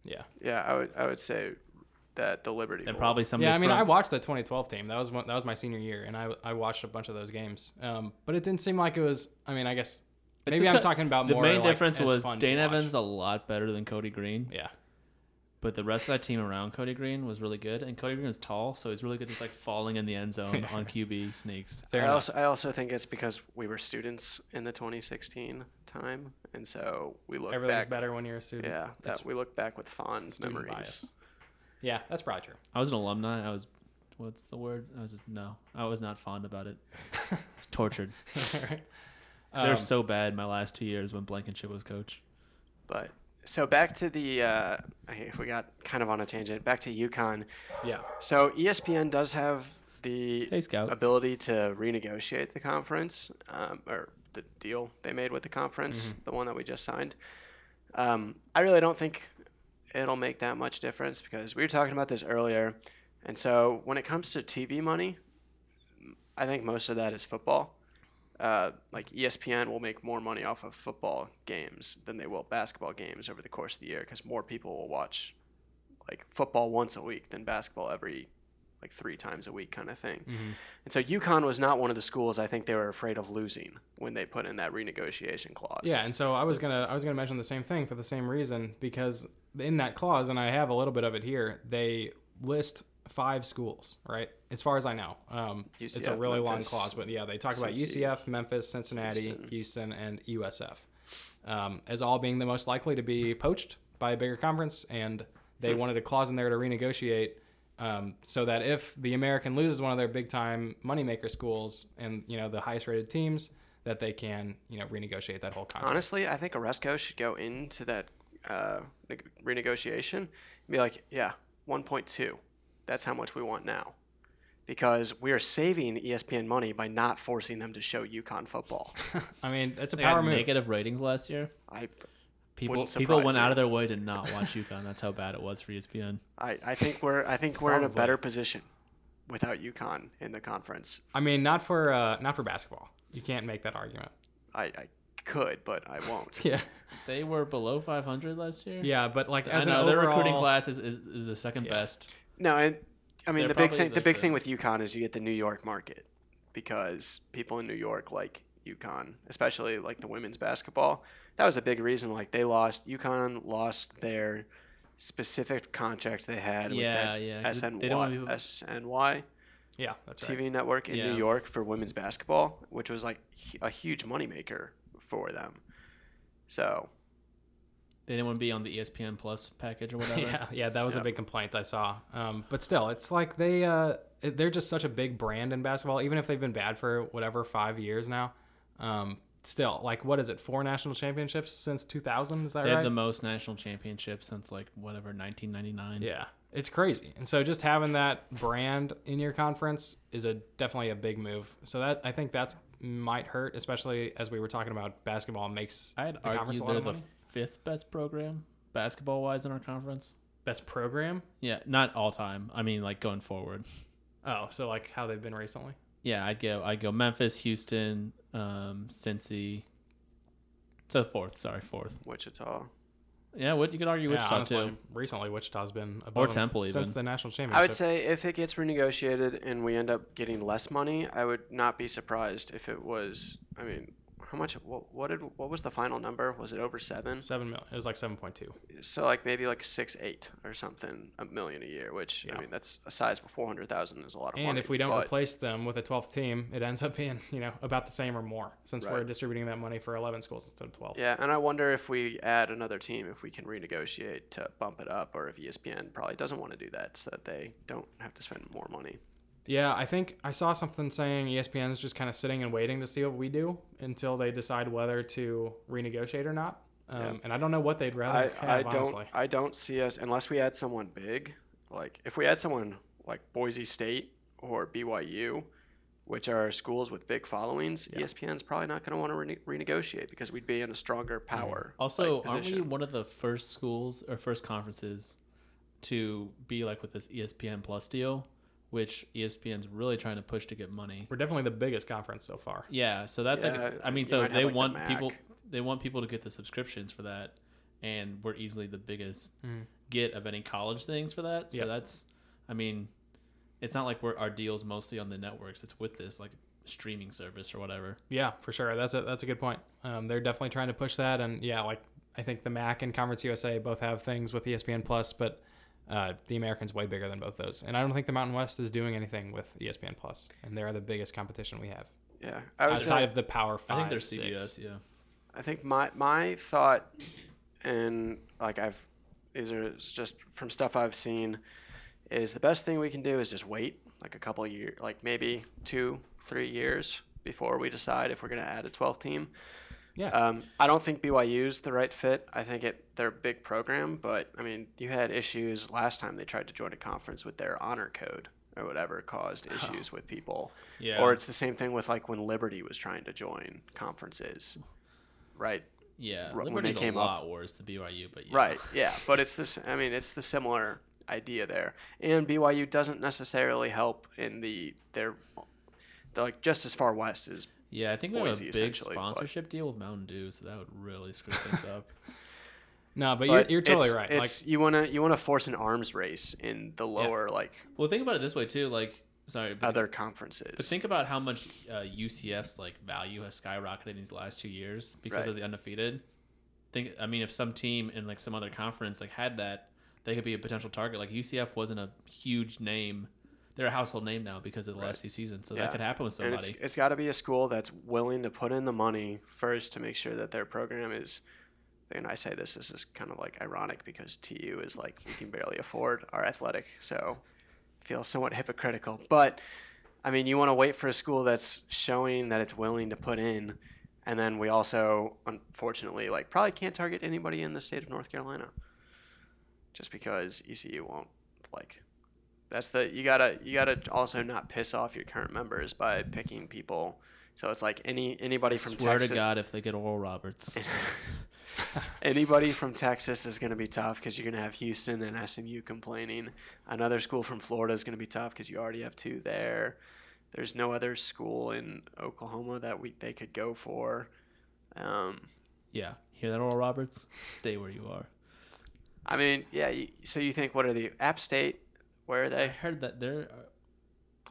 [SPEAKER 2] Yeah,
[SPEAKER 3] Yeah, I would I would say that the Liberty
[SPEAKER 1] And
[SPEAKER 3] Bowl.
[SPEAKER 1] probably somebody.
[SPEAKER 2] yeah. I mean,
[SPEAKER 1] from,
[SPEAKER 2] I watched that 2012 team. That was one, that was my senior year, and I I watched a bunch of those games. Um, but it didn't seem like it was. I mean, I guess
[SPEAKER 1] It's
[SPEAKER 2] maybe
[SPEAKER 1] just
[SPEAKER 2] I'm
[SPEAKER 1] cut-
[SPEAKER 2] talking about
[SPEAKER 1] the
[SPEAKER 2] more.
[SPEAKER 1] main
[SPEAKER 2] like,
[SPEAKER 1] difference
[SPEAKER 2] as
[SPEAKER 1] was
[SPEAKER 2] fun to
[SPEAKER 1] Dane
[SPEAKER 2] watch.
[SPEAKER 1] Evans a lot better than Cody Green,
[SPEAKER 2] Yeah,
[SPEAKER 1] but the rest of that team around Cody Green was really good. And Cody Green is tall, so he's really good just like falling in the end zone on QB sneaks.
[SPEAKER 2] fair
[SPEAKER 3] I
[SPEAKER 2] enough.
[SPEAKER 3] also I also think it's because we were students in the 2016 time, and so we look
[SPEAKER 2] Everything's
[SPEAKER 3] back.
[SPEAKER 2] better when you're a student.
[SPEAKER 3] Yeah,
[SPEAKER 2] That's
[SPEAKER 3] that we look back with fond
[SPEAKER 2] student
[SPEAKER 3] memories.
[SPEAKER 2] bias. Yeah, that's probably true.
[SPEAKER 1] I was an alumni. I was, what's the word? I was just, no, I was not fond about it. It's tortured.
[SPEAKER 2] Alright.
[SPEAKER 1] they were
[SPEAKER 2] Um,
[SPEAKER 1] so bad my last two years when Blankenship was coach.
[SPEAKER 3] But so back to the uh, I- we got kind of on a tangent. Back to UConn.
[SPEAKER 2] Um, yeah,
[SPEAKER 3] So E ESPN does have the
[SPEAKER 1] Hey, Scout.
[SPEAKER 3] ability to renegotiate the conference um, or the deal they made with the conference, the one that we just signed. Um, I really don't think it'll make that much difference because we were talking about this earlier. And so when it comes to TV money, I think most of that is football. Uh, like ESPN will make more money off of football games than they will basketball games over the course of the year because more people will watch like football once a week than basketball every like three times a week kind of thing. And so UConn was not one of the schools I think they were afraid of losing when they put in that renegotiation clause.
[SPEAKER 2] yeah. And so I was gonna I was gonna mention the same thing for the same reason because in that clause, and I have a little bit of it here. They list five schools, right? As far as I know, um, it's a
[SPEAKER 3] UCF,
[SPEAKER 2] really long
[SPEAKER 3] Memphis,
[SPEAKER 2] clause, but yeah, they talk about
[SPEAKER 3] Cincy,
[SPEAKER 2] UCF, Memphis, Cincinnati, Houston, and USF um, as all being the most likely to be poached by a bigger conference, and they wanted a clause in there to renegotiate. Um, so that if the American loses one of their big time moneymaker schools and you know the highest rated teams, that they can you know renegotiate that whole contract.
[SPEAKER 3] Honestly, I think Oresco should go into that uh, neg- renegotiation and be like, yeah, 1.2. That's how much we want now. Because we are saving E ESPN money by not forcing them to show UConn football.
[SPEAKER 2] I mean, that's a
[SPEAKER 1] They
[SPEAKER 2] power
[SPEAKER 1] had
[SPEAKER 2] move.
[SPEAKER 1] negative ratings last year.
[SPEAKER 3] I,
[SPEAKER 1] People
[SPEAKER 3] Wouldn't
[SPEAKER 1] people
[SPEAKER 3] surprise
[SPEAKER 1] went
[SPEAKER 3] me.
[SPEAKER 1] out of their way to not watch UConn. That's how bad it was for E ESPN.
[SPEAKER 3] I, I think we're I think we're in a
[SPEAKER 2] Probably.
[SPEAKER 3] better position without UConn in the conference.
[SPEAKER 2] I mean, not for uh, not for basketball. You can't make that argument.
[SPEAKER 3] I, I could, but I won't.
[SPEAKER 2] Yeah,
[SPEAKER 1] They were below 500 last year.
[SPEAKER 2] yeah, but like
[SPEAKER 1] I
[SPEAKER 2] as an
[SPEAKER 1] know
[SPEAKER 2] overall,
[SPEAKER 1] their recruiting class is, is, is the second best.
[SPEAKER 3] No, and I mean
[SPEAKER 1] They're
[SPEAKER 3] the big
[SPEAKER 1] probably
[SPEAKER 3] thing. The
[SPEAKER 1] the
[SPEAKER 3] big
[SPEAKER 1] thing.
[SPEAKER 3] thing with UConn is you get the New York market because people in New York like UConn, especially like the women's basketball. That was a big reason. Like they lost UConn lost their specific contract they had
[SPEAKER 1] Yeah,
[SPEAKER 3] with
[SPEAKER 1] yeah,
[SPEAKER 3] that
[SPEAKER 1] 'cause they- they don't want
[SPEAKER 3] SNY,
[SPEAKER 1] people-
[SPEAKER 3] SNY
[SPEAKER 2] yeah, that's right.
[SPEAKER 3] TV network in
[SPEAKER 1] Yeah.
[SPEAKER 3] New York for women's basketball, which was like hu- a huge moneymaker for them. So
[SPEAKER 1] They didn't want to be on the E ESPN Plus package or whatever.
[SPEAKER 2] Yeah, yeah, that was a big complaint I saw. Um, but still, it's like they uh, they're just such a big brand in basketball, even if they've been bad for whatever five years now. Um, still, like what is it? Four national championships since 2000? Is that
[SPEAKER 1] They
[SPEAKER 2] right?
[SPEAKER 1] have the most national championships since like whatever 1999.
[SPEAKER 2] yeah, it's crazy. And so just having that brand in your conference is a definitely a big move. So that I think that's might hurt, especially as we were talking about basketball makes
[SPEAKER 1] I'd
[SPEAKER 2] the
[SPEAKER 1] argue
[SPEAKER 2] conference a lot
[SPEAKER 1] they're
[SPEAKER 2] of
[SPEAKER 1] the
[SPEAKER 2] money.
[SPEAKER 1] fifth best program basketball wise in our conference.
[SPEAKER 2] best program.
[SPEAKER 1] Yeah, not all time. I mean, like going forward.
[SPEAKER 2] Oh, so like how they've been recently.
[SPEAKER 1] Yeah, I'd go. I'd go Memphis, Houston, um, Cincy. So fourth. Sorry, fourth.
[SPEAKER 3] Wichita.
[SPEAKER 1] Yeah, what you could argue Wichita too.
[SPEAKER 2] Recently, Wichita's been above
[SPEAKER 1] Or
[SPEAKER 2] them
[SPEAKER 1] Temple
[SPEAKER 2] since
[SPEAKER 1] even.
[SPEAKER 2] the national championship.
[SPEAKER 3] I would say if it gets renegotiated and we end up getting less money, I would not be surprised if it was. I mean, How much? What, what did? What was the final number? Was it over seven?
[SPEAKER 2] Seven mil. It was like seven point two.
[SPEAKER 3] So like maybe like six, eight or something, a million a year. Which
[SPEAKER 2] Yeah.
[SPEAKER 3] I mean, that's a size for four hundred thousand is a lot of money.
[SPEAKER 2] And if we don't
[SPEAKER 3] but-
[SPEAKER 2] replace them with a 12th team, it ends up being you know about the same or more since we're
[SPEAKER 3] Right.
[SPEAKER 2] distributing that money for 11 schools instead of 12.
[SPEAKER 3] yeah, and I wonder if we add another team, if we can renegotiate to bump it up, or if E ESPN probably doesn't want to do that, so that they don't have to spend more money.
[SPEAKER 2] Yeah, I think I saw something saying E ESPN's just kind of sitting and waiting to see what we do until they decide whether to renegotiate or not. Um,
[SPEAKER 3] Yeah.
[SPEAKER 2] And I don't know what they'd
[SPEAKER 3] I,
[SPEAKER 2] rather have,
[SPEAKER 3] I don't
[SPEAKER 2] honestly.
[SPEAKER 3] I don't see us unless we add someone big. Like if we add someone like Boise State or BYU, which are schools with big followings, E ESPN's probably not going to want to rene- renegotiate because we'd be in a stronger
[SPEAKER 2] Mm.
[SPEAKER 3] power.
[SPEAKER 1] Also,
[SPEAKER 3] like,
[SPEAKER 1] aren't we
[SPEAKER 3] position.
[SPEAKER 1] one of the first schools or first conferences to be like with this E ESPN Plus deal, which E ESPN's really trying to push to get money?
[SPEAKER 2] We're definitely the biggest conference so far.
[SPEAKER 1] Yeah, so that's like
[SPEAKER 3] Yeah,
[SPEAKER 1] I mean,
[SPEAKER 3] you
[SPEAKER 1] so
[SPEAKER 3] might have,
[SPEAKER 1] they
[SPEAKER 3] like, the
[SPEAKER 1] want people
[SPEAKER 3] Mac.
[SPEAKER 1] they want people to get the subscriptions for that, and we're easily the biggest
[SPEAKER 2] Mm.
[SPEAKER 1] get of any college things for that. So
[SPEAKER 2] Yep.
[SPEAKER 1] that's I mean, it's not like we're our deals mostly on the networks. It's with this like streaming service or whatever.
[SPEAKER 2] Yeah, for sure. That's a that's a good point. Um, they're definitely trying to push that, and yeah, like I think the MAC and Conference USA both have things with E ESPN Plus, but uh, the American's way bigger than both those. And I don't think the Mountain West is doing anything with E ESPN Plus, and they're the biggest competition we have
[SPEAKER 3] yeah. I was
[SPEAKER 2] outside of the Power Five.
[SPEAKER 1] I think they're
[SPEAKER 2] six.
[SPEAKER 1] CBS. Yeah,
[SPEAKER 3] I think my my thought, and like I've, these are just from stuff I've seen, is the best thing we can do is just wait like a couple of year, like maybe two, three years before we decide if we're going to add a 12th team.
[SPEAKER 2] Yeah.
[SPEAKER 3] Um, I don't think BYU's the right fit. I think it they're a big program, but I mean, you had issues last time they tried to join a conference with their honor code or whatever caused issues with people.
[SPEAKER 1] yeah.
[SPEAKER 3] Or it's the same thing with like when Liberty was trying to join conferences. Right.
[SPEAKER 1] Yeah,
[SPEAKER 3] when they
[SPEAKER 1] Liberty's
[SPEAKER 3] came
[SPEAKER 1] a
[SPEAKER 3] up.
[SPEAKER 1] lot worse than BYU, but yeah.
[SPEAKER 3] Right. Yeah. But it's this. I mean, it's the similar idea there. And BYU doesn't necessarily help in the they're, they're like just as far west as
[SPEAKER 1] Yeah, I think we have
[SPEAKER 3] Boise,
[SPEAKER 1] a big
[SPEAKER 3] essentially, but-
[SPEAKER 1] sponsorship deal with Mountain Dew, so that would really screw things up.
[SPEAKER 2] No, but,
[SPEAKER 3] but
[SPEAKER 2] you're, you're totally
[SPEAKER 3] it's-
[SPEAKER 2] right. Like
[SPEAKER 3] It's, you wanna you wanna force an arms race in the lower like
[SPEAKER 1] Well, think about it this way too. Like, sorry, but,
[SPEAKER 3] other
[SPEAKER 1] but
[SPEAKER 3] conferences.
[SPEAKER 1] think about how much uh, UCF's like value has skyrocketed in these last two years because of
[SPEAKER 3] Right.
[SPEAKER 1] the undefeated. Think, I mean, if some team in like some other conference like had that, they could be a potential target. Like UCF wasn't a huge name; they're a household name now because of the last two seasons. So
[SPEAKER 3] Yeah.
[SPEAKER 1] that could happen with
[SPEAKER 3] and it's,
[SPEAKER 1] somebody.
[SPEAKER 3] it's got to be a school that's willing to put in the money first to make sure that their program is. And I say this, this is kind of like ironic because TU is like we can barely afford our athletic, so feels somewhat hypocritical. But I mean, you want to wait for a school that's showing that it's willing to put in, and then we also unfortunately like probably can't target anybody in the state of North Carolina, just because ECU won't like that's the you gotta you gotta also not piss off your current members by picking people. So it's like any anybody from
[SPEAKER 1] Swear
[SPEAKER 3] Texas,
[SPEAKER 1] to God, if they get Oral Roberts,
[SPEAKER 3] anybody from Texas is gonna be tough because you're gonna have Houston and SMU complaining. Another school from Florida is gonna be tough because you already have two there. There's no other school in Oklahoma that we they could go for. Um,
[SPEAKER 1] yeah, hear that, Oral Roberts? Stay where you are.
[SPEAKER 3] I mean, yeah. You, so you think what are the App State? Where are
[SPEAKER 1] I
[SPEAKER 3] they?
[SPEAKER 1] heard that they're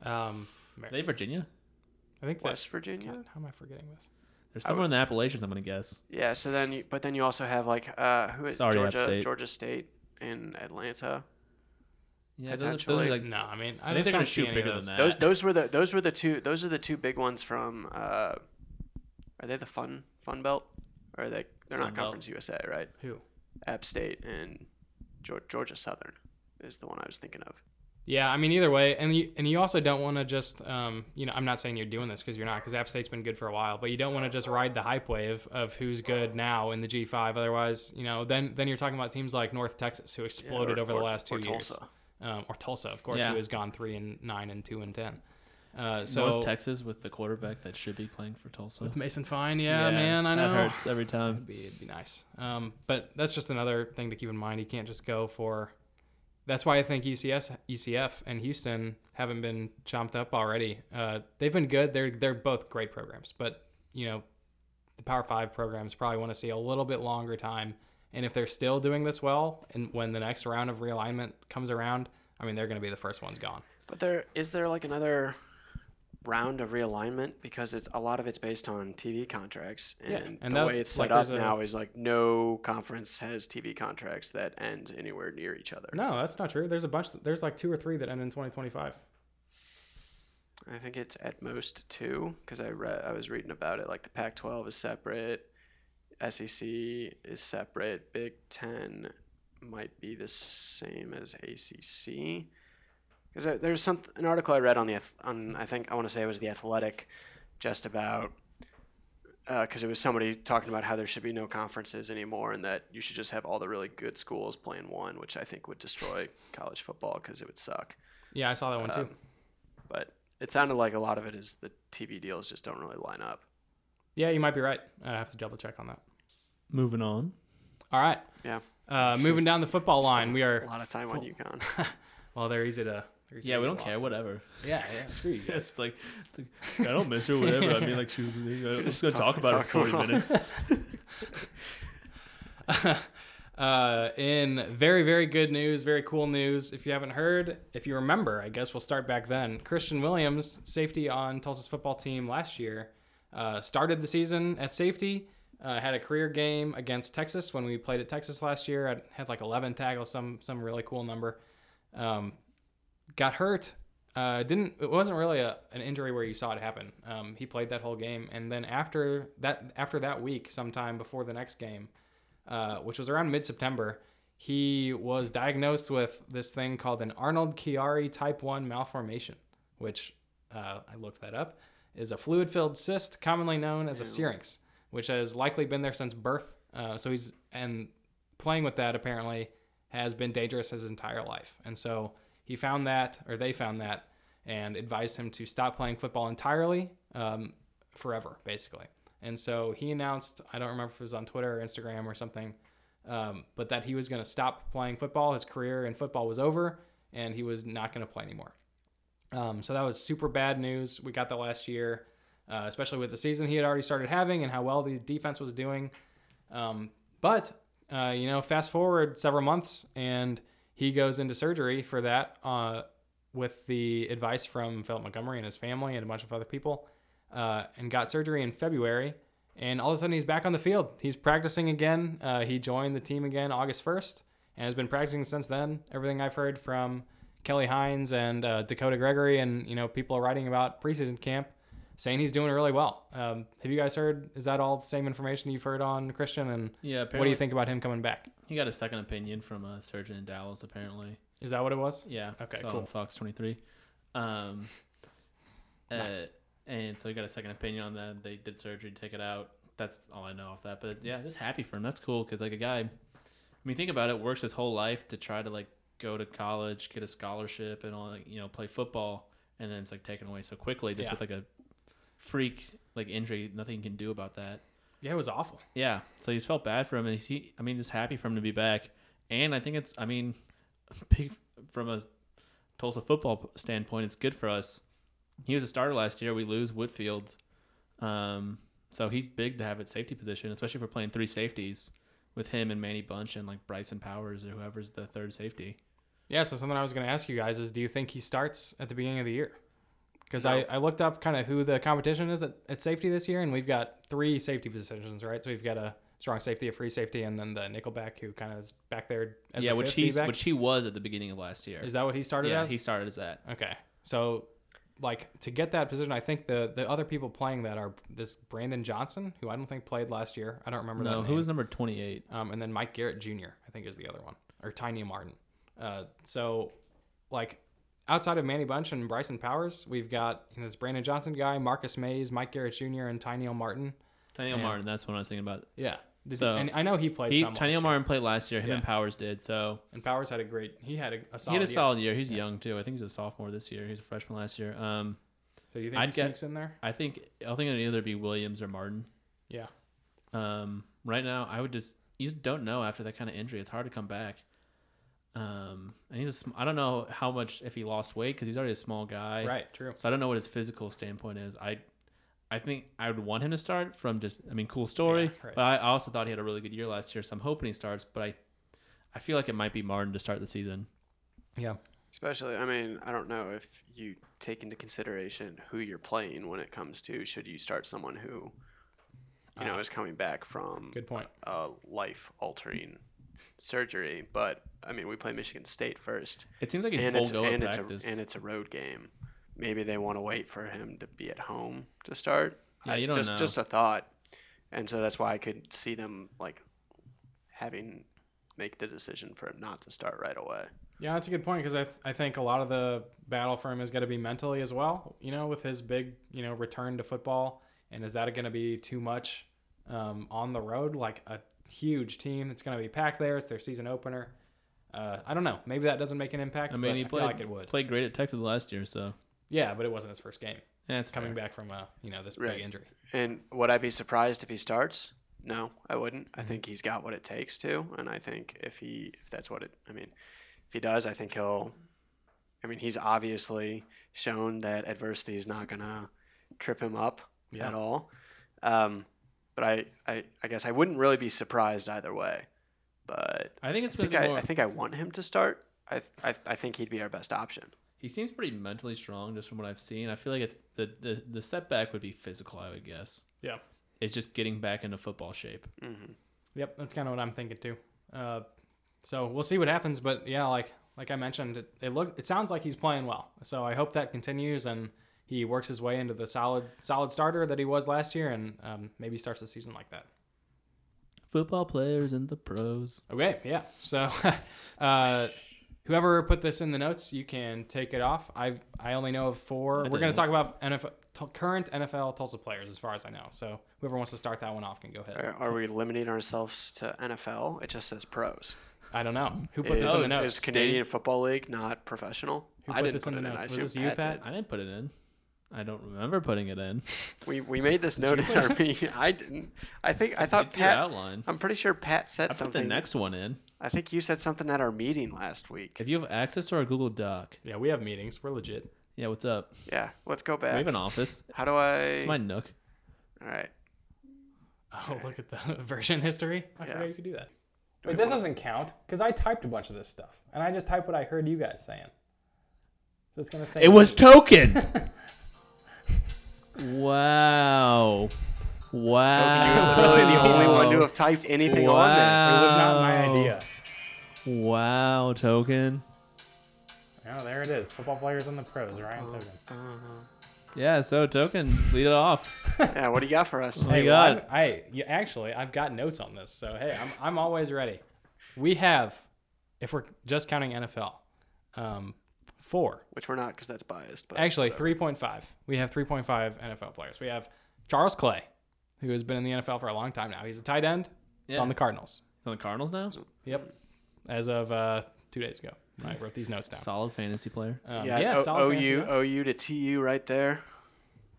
[SPEAKER 2] um,
[SPEAKER 1] are they Virginia.
[SPEAKER 2] I think that's
[SPEAKER 3] West Virginia.
[SPEAKER 2] God, how am I forgetting this?
[SPEAKER 1] They're
[SPEAKER 3] I would-
[SPEAKER 1] somewhere in the Appalachians. I'm gonna guess.
[SPEAKER 3] Yeah. So then, you, but then you also have like uh, who is
[SPEAKER 1] Sorry, App
[SPEAKER 3] Georgia?
[SPEAKER 1] State.
[SPEAKER 3] Georgia State and Atlanta.
[SPEAKER 1] Yeah,
[SPEAKER 3] those are- those are Potentially.
[SPEAKER 2] no, I mean I,
[SPEAKER 1] I think they're
[SPEAKER 2] just
[SPEAKER 1] gonna
[SPEAKER 2] don't see
[SPEAKER 1] shoot
[SPEAKER 2] any of
[SPEAKER 1] bigger than
[SPEAKER 2] those.
[SPEAKER 1] that.
[SPEAKER 3] Those those were the those were the two those are the two big ones from. Uh, are they the Fun Fun Belt? Or are they? They're
[SPEAKER 1] Sun
[SPEAKER 3] not
[SPEAKER 1] Belt.
[SPEAKER 3] Conference USA, right?
[SPEAKER 2] Who?
[SPEAKER 3] App State and Geor- Georgia Southern is the one I was thinking of.
[SPEAKER 2] Yeah, I mean either way, and you and you also don't want to just, um, you know, I'm not saying you're doing this because you're not, because App State's been good for a while, but you don't want to just ride the hype wave of who's good now in the G5. Otherwise, you know, then then you're talking about teams like North Texas who
[SPEAKER 3] Yeah,
[SPEAKER 2] exploded
[SPEAKER 3] or-
[SPEAKER 2] over the
[SPEAKER 3] or-
[SPEAKER 2] last two
[SPEAKER 3] or
[SPEAKER 2] years,
[SPEAKER 3] Tulsa.
[SPEAKER 2] Um, or Tulsa, of course,
[SPEAKER 1] Yeah.
[SPEAKER 2] who has gone three and nine and two and ten. Uh, so
[SPEAKER 1] North Texas with the quarterback that should be playing for Tulsa.
[SPEAKER 2] with Mason Fine, yeah, man, I know.
[SPEAKER 1] That hurts every time.
[SPEAKER 2] It'd be, it'd be nice. Um, but that's just another thing to keep in mind. You can't just go for. That's why I think UCS, UCF, and Houston haven't been chomped up already. Uh, they've been good. They're they're both great programs, but you know, the Power Five programs probably want to see a little bit longer time. And if they're still doing this well, and when the next round of realignment comes around, I mean, they're going to be the first ones gone.
[SPEAKER 3] But there is there like another round of realignment because it's a lot of it's based on TV contracts and,
[SPEAKER 2] Yeah, and
[SPEAKER 3] the
[SPEAKER 2] that-
[SPEAKER 3] way it's
[SPEAKER 2] like,
[SPEAKER 3] set
[SPEAKER 2] there's
[SPEAKER 3] up
[SPEAKER 2] a-
[SPEAKER 3] now is like no conference has TV contracts that end anywhere near each other.
[SPEAKER 2] No, that's not true. There's a bunch. There's like two or three that end in 2025.
[SPEAKER 3] I think it's at most two because I read I was reading about it like the Pac-12 is separate, SEC is separate, Big Ten might be the same as ACC. Because there's some an article I read on the Ath- on I think I want to say it was the Athletic, just about because it was somebody talking about how there should be no conferences anymore and that you should just have all the really good schools playing one, which I think would destroy college football because it would suck.
[SPEAKER 2] Yeah, I saw that one too.
[SPEAKER 3] Um, But it sounded like a lot of it is the TV deals just don't really line up.
[SPEAKER 2] Yeah, you might be right. I have to double check on that.
[SPEAKER 1] Moving on.
[SPEAKER 2] All right.
[SPEAKER 3] Yeah.
[SPEAKER 2] Uh, moving down the football line, we
[SPEAKER 3] A
[SPEAKER 2] are.
[SPEAKER 3] lot of time on UConn.
[SPEAKER 2] Well, they're easy to. they're easy
[SPEAKER 1] Yeah,
[SPEAKER 2] to
[SPEAKER 1] we
[SPEAKER 2] get
[SPEAKER 1] don't
[SPEAKER 2] lost
[SPEAKER 1] care.
[SPEAKER 2] in.
[SPEAKER 1] Whatever.
[SPEAKER 2] Yeah, yeah, screw you.
[SPEAKER 1] Yeah, it's like, it's like, I don't miss her. Whatever. I mean, like, she, I'm just gonna talk,
[SPEAKER 3] talk-
[SPEAKER 1] about it
[SPEAKER 3] talk
[SPEAKER 1] for forty
[SPEAKER 3] about it.
[SPEAKER 1] minutes.
[SPEAKER 2] uh, in very, very good news, very cool news. If you haven't heard, if you remember, I guess we'll start back then. Christian Williams, safety on Tulsa's football team last year, uh, started the season at safety. Uh, had a career game against Texas when we played at Texas last year. I had like 11 tackles, some some really cool number. Um, got hurt. Uh, didn't it wasn't really a, an injury where you saw it happen. Um, he played that whole game, and then after that after that week, sometime before the next game, uh, which was around mid September, he was diagnosed with this thing called an Arnold Chiari type 1 malformation, which uh, I looked that up, is a fluid filled cyst commonly known as a syrinx, which has likely been there since birth. Uh, so he's, and playing with that apparently has been dangerous his entire life. And so he found that, or they found that, and advised him to stop playing football entirely um, forever, basically. And so he announced, I don't remember if it was on Twitter or Instagram or something, um, but that he was going to stop playing football. His career in football was over, and he was not going to play anymore. Um, so that was super bad news. We got that last year, uh, especially with the season he had already started having and how well the defense was doing. Um, but uh, you know, fast forward several months, and he goes into surgery for that uh, with the advice from Philip Montgomery and his family and a bunch of other people, uh, and got surgery in February. And all of a sudden, he's back on the field. He's practicing again. Uh, he joined the team again August first, and has been practicing since then. Everything I've heard from Kelly Hines and uh, Dakota Gregory, and you know, people writing about preseason camp, saying he's doing really well. Um, have you guys heard? Is that all the same information you've heard on Christian?
[SPEAKER 1] Yeah.
[SPEAKER 2] And what do you
[SPEAKER 1] Apparently,
[SPEAKER 2] think about him coming back?
[SPEAKER 1] he got a second opinion from a surgeon in Dallas. Apparently.
[SPEAKER 2] Is that what it was?
[SPEAKER 1] Yeah.
[SPEAKER 2] Okay,
[SPEAKER 1] it's on
[SPEAKER 2] cool.
[SPEAKER 1] Fox 23. Um, uh,
[SPEAKER 2] Nice.
[SPEAKER 1] and so he got a second opinion on that. They did surgery, to take it out. That's all I know of that. But yeah, just happy for him. That's cool because like a guy, I mean, think about it. Works his whole life to try to like go to college, get a scholarship, and all like, you know, play football, and then it's like taken away so quickly just
[SPEAKER 2] Yeah.
[SPEAKER 1] with like a freak like injury. Nothing you can do about that.
[SPEAKER 2] Yeah, it was awful.
[SPEAKER 1] Yeah, so you felt bad for him, and he, I mean, just happy for him to be back. And I think it's, I mean, big from a Tulsa football standpoint, it's good for us. He was a starter last year. We lose Woodfield, um, so he's big to have at safety position, especially if we're playing three safeties with him and Manny Bunch and like Bryson Powers or whoever's the third safety.
[SPEAKER 2] Yeah, so something I was going to ask you guys is do you think he starts at the beginning of the year? Because
[SPEAKER 3] No.
[SPEAKER 2] I, I looked up kind of who the competition is at, at safety this year, and we've got three safety positions, right? So we've got a strong safety, a free safety, and then the nickelback who kind of is back there as
[SPEAKER 1] yeah,
[SPEAKER 2] a
[SPEAKER 1] which
[SPEAKER 2] fifth
[SPEAKER 1] he's
[SPEAKER 2] back.
[SPEAKER 1] which he was at the beginning of last year.
[SPEAKER 2] Is that what he started
[SPEAKER 1] yeah,
[SPEAKER 2] as?
[SPEAKER 1] he started as that.
[SPEAKER 2] Okay. So like to get that position, I think the the other people playing that are this Brandon Johnson, who I don't think played last year. I don't remember that
[SPEAKER 1] No,
[SPEAKER 2] name.
[SPEAKER 1] who was number twenty eight?
[SPEAKER 2] um, and then Mike Garrett Jr. I think is the other one, or Tiny Martin. Uh, so, like outside of Manny Bunch and Bryson Powers, we've got you know, this Brandon Johnson guy, Marcus Mays, Mike Garrett Jr., and Tiny Martin.
[SPEAKER 1] Daniel
[SPEAKER 2] Yeah.
[SPEAKER 1] Martin. That's what I was thinking about.
[SPEAKER 2] Yeah, Did
[SPEAKER 1] So-
[SPEAKER 2] he, and I know he played.
[SPEAKER 1] He
[SPEAKER 2] some
[SPEAKER 1] Tiny
[SPEAKER 2] last year.
[SPEAKER 1] Martin played last year. Him
[SPEAKER 2] Yeah.
[SPEAKER 1] and Powers did so.
[SPEAKER 2] and Powers had a great. He had a, a solid.
[SPEAKER 1] he had a
[SPEAKER 2] year.
[SPEAKER 1] solid year. He's young too. I think he's a sophomore this year. He's a freshman last year. Um,
[SPEAKER 2] So you think
[SPEAKER 1] I'd
[SPEAKER 2] he
[SPEAKER 1] get-
[SPEAKER 2] sneaks in there?
[SPEAKER 1] I think I think it'd either be Williams or Martin.
[SPEAKER 2] Yeah.
[SPEAKER 1] Um, right now I would just you just don't know after that kind of injury. It's hard to come back. Um, and he's a sm- I don't know how much if he lost weight because he's already a small guy.
[SPEAKER 2] Right. True.
[SPEAKER 1] So I don't know what his physical standpoint is. I I think I would want him to start from just I mean cool story.
[SPEAKER 2] Yeah, right.
[SPEAKER 1] But I also thought he had a really good year last year, so I'm hoping he starts. But I I feel like it might be Martin to start the season.
[SPEAKER 2] Yeah.
[SPEAKER 3] Especially, I mean, I don't know if you take into consideration who you're playing when it comes to should you start someone who, you know,
[SPEAKER 2] Ah.
[SPEAKER 3] is coming back from
[SPEAKER 2] Good point.
[SPEAKER 3] a life altering surgery. But I mean, we play Michigan State first,
[SPEAKER 1] It seems like he's
[SPEAKER 3] and
[SPEAKER 1] full
[SPEAKER 3] it's
[SPEAKER 1] go at
[SPEAKER 3] and it's,
[SPEAKER 1] practice.
[SPEAKER 3] a, and it's a road game. Maybe they want to wait for him to be at home to start.
[SPEAKER 1] Yeah,
[SPEAKER 3] I-
[SPEAKER 1] you don't
[SPEAKER 3] just
[SPEAKER 1] know.
[SPEAKER 3] just a thought, and so that's why I could see them like having make the decision for him not to start right away.
[SPEAKER 2] Yeah, that's a good point because I, th- I think a lot of the battle for him is going to be mentally as well. You know, with his big you know return to football, and is that going to be too much um, on the road? Like a huge team, it's going to be packed there. It's their season opener. Uh, I don't know. Maybe that doesn't make an impact.
[SPEAKER 1] I mean,
[SPEAKER 2] but
[SPEAKER 1] he
[SPEAKER 2] I
[SPEAKER 1] played
[SPEAKER 2] feel like it would.
[SPEAKER 1] played great at Texas last year, so
[SPEAKER 2] Yeah, but it wasn't his first game.
[SPEAKER 1] that's
[SPEAKER 2] Coming
[SPEAKER 1] coming.
[SPEAKER 2] back from a you know this
[SPEAKER 3] Right.
[SPEAKER 2] big injury.
[SPEAKER 3] And would I be surprised if he starts? No, I wouldn't. I think he's got what it takes to, and I think if he if that's what it I mean, if he does, I think he'll I mean, he's obviously shown that adversity is not gonna trip him up
[SPEAKER 2] Yeah.
[SPEAKER 3] at all. Um, but I, I I guess I wouldn't really be surprised either way. But
[SPEAKER 1] I think it's
[SPEAKER 3] I
[SPEAKER 1] going
[SPEAKER 3] think
[SPEAKER 1] to be
[SPEAKER 3] I,
[SPEAKER 1] more.
[SPEAKER 3] I think I want him to start. I, I I think he'd be our best option.
[SPEAKER 1] he seems pretty mentally strong, just from what I've seen. I feel like it's the the, the setback would be physical. I would guess.
[SPEAKER 2] Yeah.
[SPEAKER 1] It's just getting back into football shape.
[SPEAKER 3] Mm-hmm.
[SPEAKER 2] Yep, that's kind of what I'm thinking too. Uh, so we'll see what happens, but yeah, like like I mentioned, it, it look it sounds like he's playing well. So I hope that continues and he works his way into the solid solid starter that he was last year, and um, maybe starts the season like that.
[SPEAKER 1] Football players and the pros.
[SPEAKER 2] Okay, yeah. So uh, whoever put this in the notes, you can take it off. I I only know of four.
[SPEAKER 1] I
[SPEAKER 2] We're going to
[SPEAKER 1] didn't.
[SPEAKER 2] talk about NFL t- current NFL Tulsa players as far as I know. So whoever wants to start that one off can go ahead.
[SPEAKER 3] Are, are we limiting ourselves to NFL? It just says pros.
[SPEAKER 2] I don't know who put
[SPEAKER 3] is,
[SPEAKER 2] this in the
[SPEAKER 3] is
[SPEAKER 2] notes.
[SPEAKER 3] Canadian Football League not professional?
[SPEAKER 2] Who
[SPEAKER 3] I
[SPEAKER 2] put
[SPEAKER 3] didn't
[SPEAKER 2] this
[SPEAKER 3] put
[SPEAKER 2] in
[SPEAKER 3] it
[SPEAKER 2] the
[SPEAKER 3] in. I
[SPEAKER 2] notes? Was
[SPEAKER 3] assume
[SPEAKER 2] this you, Pat?
[SPEAKER 3] did.
[SPEAKER 1] I didn't put it in. I don't remember putting it in.
[SPEAKER 3] We, we made this note in our meeting. I didn't. I think I thought
[SPEAKER 1] It's your
[SPEAKER 3] Pat.
[SPEAKER 1] outline.
[SPEAKER 3] I'm pretty sure Pat said
[SPEAKER 1] I put the
[SPEAKER 3] something.
[SPEAKER 1] next one in.
[SPEAKER 3] I think you said something at our meeting last week.
[SPEAKER 1] If you have access to our Google Doc,
[SPEAKER 2] Yeah, we have meetings. We're legit.
[SPEAKER 1] yeah, what's up?
[SPEAKER 3] Yeah, let's go
[SPEAKER 1] We
[SPEAKER 3] back.
[SPEAKER 1] have an office.
[SPEAKER 3] How do I?
[SPEAKER 1] It's my Nook.
[SPEAKER 3] All right.
[SPEAKER 2] Oh, look at the version history. I
[SPEAKER 3] Yeah.
[SPEAKER 2] forgot you could do that.
[SPEAKER 3] Do we
[SPEAKER 2] Wait, this
[SPEAKER 3] wanna-
[SPEAKER 2] doesn't count because I typed a bunch of this stuff, and I just typed what I heard you guys saying. So it's gonna say
[SPEAKER 1] token. wow. Wow.
[SPEAKER 3] You're really the only one to have typed anything on
[SPEAKER 2] Uh, It
[SPEAKER 3] this.
[SPEAKER 2] was not my
[SPEAKER 1] Oh.
[SPEAKER 2] idea.
[SPEAKER 1] Wow, token.
[SPEAKER 2] Oh, there it is. Football players and the pros. Ryan Logan.
[SPEAKER 1] Yeah, so token, lead it off.
[SPEAKER 3] Yeah, what do you got for us?
[SPEAKER 1] my
[SPEAKER 2] Hey, well,
[SPEAKER 1] God.
[SPEAKER 2] I'm- I you, actually I've got notes on this, so hey, I'm I'm always ready. We have, if we're just counting NFL, um, four
[SPEAKER 3] Which we're not, because that's biased. But
[SPEAKER 2] Actually, 3.5. We have 3.5 NFL players. We have Charles Clay, who has been in the NFL for a long time now. He's a tight end. He's
[SPEAKER 1] Yeah.
[SPEAKER 2] on the Cardinals.
[SPEAKER 1] It's on the Cardinals now?
[SPEAKER 2] Yep. As of uh, two days ago. I wrote these notes down.
[SPEAKER 1] Solid fantasy player.
[SPEAKER 2] Um,
[SPEAKER 3] yeah,
[SPEAKER 2] solid
[SPEAKER 3] o-
[SPEAKER 2] fantasy
[SPEAKER 3] OU,
[SPEAKER 2] guy.
[SPEAKER 3] OU to TU right there.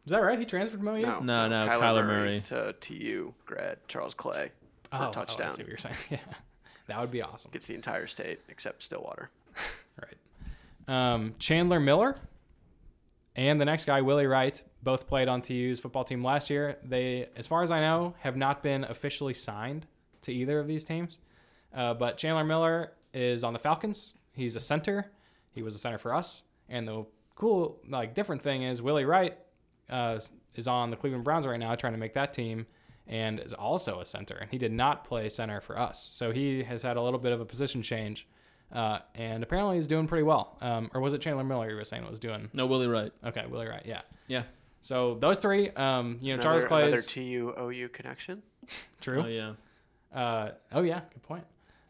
[SPEAKER 2] Is that right? He transferred from OU?
[SPEAKER 3] No,
[SPEAKER 1] No, no, Kyler Murray.
[SPEAKER 3] to TU grad Charles Clay
[SPEAKER 2] Oh,
[SPEAKER 3] for a
[SPEAKER 2] oh, I
[SPEAKER 3] touchdown.
[SPEAKER 2] see what you're saying. Yeah. That would be awesome.
[SPEAKER 3] Gets the entire state except Stillwater.
[SPEAKER 2] Right. Um, Chandler Miller and the next guy, Willie Wright, both played on TU's football team last year. They, as far as I know, have not been officially signed to either of these teams. Uh, but Chandler Miller is on the Falcons. He's a center. He was a center for us. And the cool, like, different thing is Willie Wright uh, is on the Cleveland Browns right now, trying to make that team, and is also a center. And he did not play center for us, so he has had a little bit of a position change, uh, and apparently he's doing pretty well. Um, or was it Chandler Miller you were saying was doing?
[SPEAKER 1] No, Willie Wright.
[SPEAKER 2] Okay, Willie Wright, yeah.
[SPEAKER 1] Yeah.
[SPEAKER 2] So those three, um, you know,
[SPEAKER 3] Another,
[SPEAKER 2] Charles Clay
[SPEAKER 3] another
[SPEAKER 2] is
[SPEAKER 3] TU OU connection.
[SPEAKER 2] true.
[SPEAKER 1] Oh, yeah.
[SPEAKER 2] Uh, oh yeah, good point.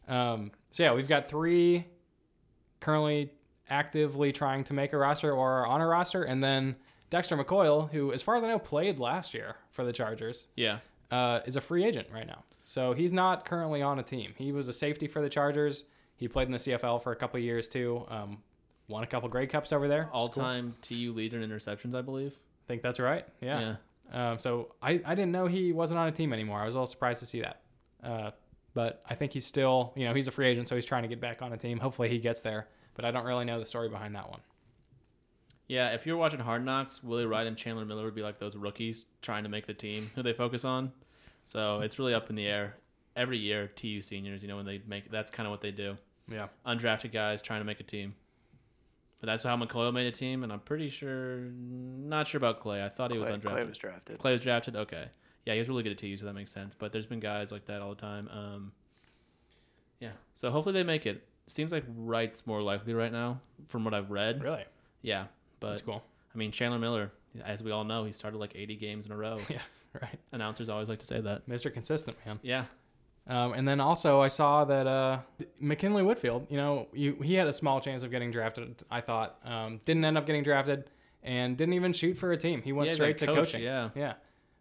[SPEAKER 2] Um, so yeah, we've got three currently actively trying to make a roster or are on a roster, and then Dexter McCoyle, who, as far as I know, played last year for the Chargers,
[SPEAKER 1] Yeah.
[SPEAKER 2] uh, is a free agent right now. So he's not currently on a team. He was a safety for the Chargers. He played in the CFL for a couple of years too. Um, won a couple Grey Cups over there. It's
[SPEAKER 1] All
[SPEAKER 2] cool.
[SPEAKER 1] time TU leader in interceptions, I believe.
[SPEAKER 2] I think that's right. Yeah.
[SPEAKER 1] yeah.
[SPEAKER 2] Um, so I, I didn't know he wasn't on a team anymore. I was a little surprised to see that. Uh, but I think he's still, you know, he's a free agent, so he's trying to get back on a team. Hopefully he gets there. But I don't really know the story behind that one.
[SPEAKER 1] Yeah, if you're watching Hard Knocks, Willie Wright and Chandler Miller would be like those rookies trying to make the team who they focus on. So it's really up in the air. Every year, TU seniors, you know, when they make that's kind of what they do.
[SPEAKER 2] Yeah.
[SPEAKER 1] Undrafted guys trying to make a team. But that's how McCoy made a team, and I'm pretty sure, not sure about Clay. I thought he was
[SPEAKER 3] Clay,
[SPEAKER 1] undrafted.
[SPEAKER 3] Clay was drafted.
[SPEAKER 1] Clay was drafted. Okay, yeah, he was really good at TU, so that makes sense. But there's been guys like that all the time. Um, yeah, so hopefully they make it. Seems like Wright's more likely right now, from what I've read.
[SPEAKER 2] Really?
[SPEAKER 1] Yeah, but
[SPEAKER 2] That's cool.
[SPEAKER 1] I mean Chandler Miller, as we all know, he started like 80 games in a row.
[SPEAKER 2] Yeah, right.
[SPEAKER 1] Announcers always like to say that.
[SPEAKER 2] Mr. Consistent, man.
[SPEAKER 1] Yeah,
[SPEAKER 2] Um, and then also, I saw that uh, McKinley Whitfield, you know, you, he had a small chance of getting drafted, I thought. Um, didn't end up getting drafted and didn't even shoot for a team. He went
[SPEAKER 1] Yeah, he's
[SPEAKER 2] straight
[SPEAKER 1] a
[SPEAKER 2] to
[SPEAKER 1] coach,
[SPEAKER 2] coaching.
[SPEAKER 1] yeah.
[SPEAKER 2] Yeah.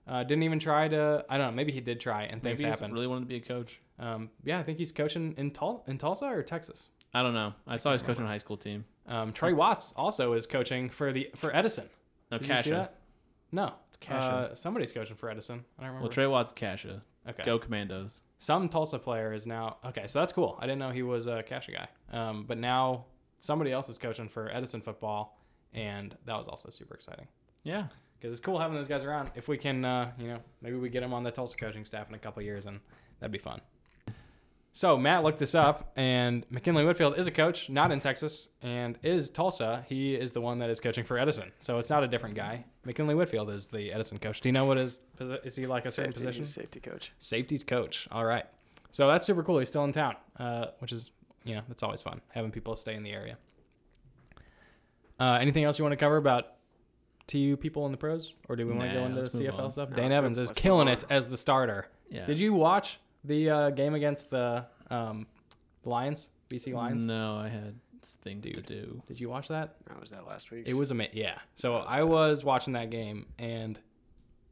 [SPEAKER 2] Uh, didn't even try to, I don't know, maybe he did try and things
[SPEAKER 1] maybe he just
[SPEAKER 2] happened.
[SPEAKER 1] really wanted to be a coach.
[SPEAKER 2] um, yeah, I think he's coaching in, Tul- in Tulsa or Texas.
[SPEAKER 1] I don't know. I saw he's coaching a high school team.
[SPEAKER 2] Um, Trey Watts also is coaching for the for Edison.
[SPEAKER 1] No,
[SPEAKER 2] Did you see
[SPEAKER 1] Oh, Kasha.
[SPEAKER 2] that? No, it's
[SPEAKER 1] Kasha.
[SPEAKER 2] Uh, somebody's coaching for Edison. I don't remember.
[SPEAKER 1] Well, Trey Watts, Kasha.
[SPEAKER 2] okay.
[SPEAKER 1] Go Commandos.
[SPEAKER 2] some Tulsa player is now okay, so that's cool. I didn't know he was a Kasha guy. Um, but now somebody else is coaching for Edison football, and that was also super exciting
[SPEAKER 1] Yeah,
[SPEAKER 2] because it's cool having those guys around. If we can, uh, you know, maybe we get them on the Tulsa coaching staff in a couple years, and that'd be fun. So Matt looked this up, and McKinley Whitfield is a coach, not in Texas, and is Tulsa. He is the one that is coaching for Edison, so it's not a different guy. McKinley Whitfield is the Edison coach. Do you know what his posi- is he like a certain
[SPEAKER 3] Safety, he's
[SPEAKER 2] position?
[SPEAKER 3] a safety coach.
[SPEAKER 2] Safety's coach. All right. So that's super cool. He's still in town, uh, which is, you know, that's always fun having people stay in the area. Uh, anything else you want to cover about TU people in the pros, or do we want to
[SPEAKER 1] Nah,
[SPEAKER 2] go into
[SPEAKER 1] let's move
[SPEAKER 2] CFL
[SPEAKER 1] on.
[SPEAKER 2] stuff?
[SPEAKER 3] No,
[SPEAKER 2] Dan
[SPEAKER 3] let's
[SPEAKER 2] Evans
[SPEAKER 3] move-
[SPEAKER 2] is
[SPEAKER 3] let's move
[SPEAKER 2] killing
[SPEAKER 3] on.
[SPEAKER 2] it as the starter.
[SPEAKER 1] yeah.
[SPEAKER 2] Did you watch the uh, game against the um, Lions, BC Lions?
[SPEAKER 1] No, I had things to
[SPEAKER 2] Dude.
[SPEAKER 1] do.
[SPEAKER 2] Did you watch that?
[SPEAKER 3] That was that last week.
[SPEAKER 2] It was amazing. Yeah. So I was watching that game, and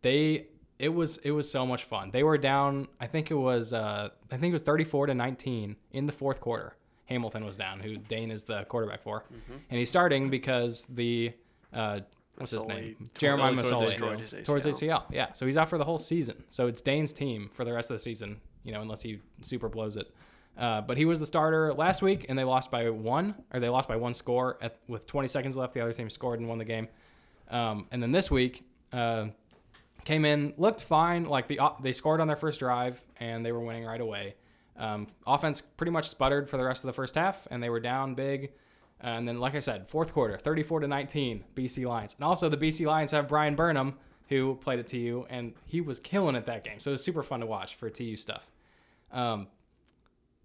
[SPEAKER 2] they it was it was so much fun. They were down. I think it was uh, I think it was thirty four to nineteen in the fourth quarter. Hamilton was down, who Dane is the quarterback for,
[SPEAKER 3] Mm-hmm.
[SPEAKER 2] and he's starting because the uh, what's his
[SPEAKER 3] Masoli-
[SPEAKER 2] name
[SPEAKER 3] Masoli
[SPEAKER 2] Jeremiah
[SPEAKER 1] towards
[SPEAKER 2] Masoli
[SPEAKER 1] ACL.
[SPEAKER 3] Towards his
[SPEAKER 2] towards
[SPEAKER 3] ACL.
[SPEAKER 2] ACL. Yeah, so he's out for the whole season. So it's Dane's team for the rest of the season. You know, unless he super blows it. Uh, but he was the starter last week, and they lost by one, or they lost by one score at, with 20 seconds left. The other team scored and won the game. Um, and then this week, uh, came in, looked fine. Like the op- they scored on their first drive, and they were winning right away. Um, offense pretty much sputtered for the rest of the first half, and they were down big. And then, like I said, fourth quarter, 34 to 19, BC Lions. And also, the BC Lions have Brian Burnham, who played at TU, and he was killing it that game. So it was super fun to watch for TU stuff. Um,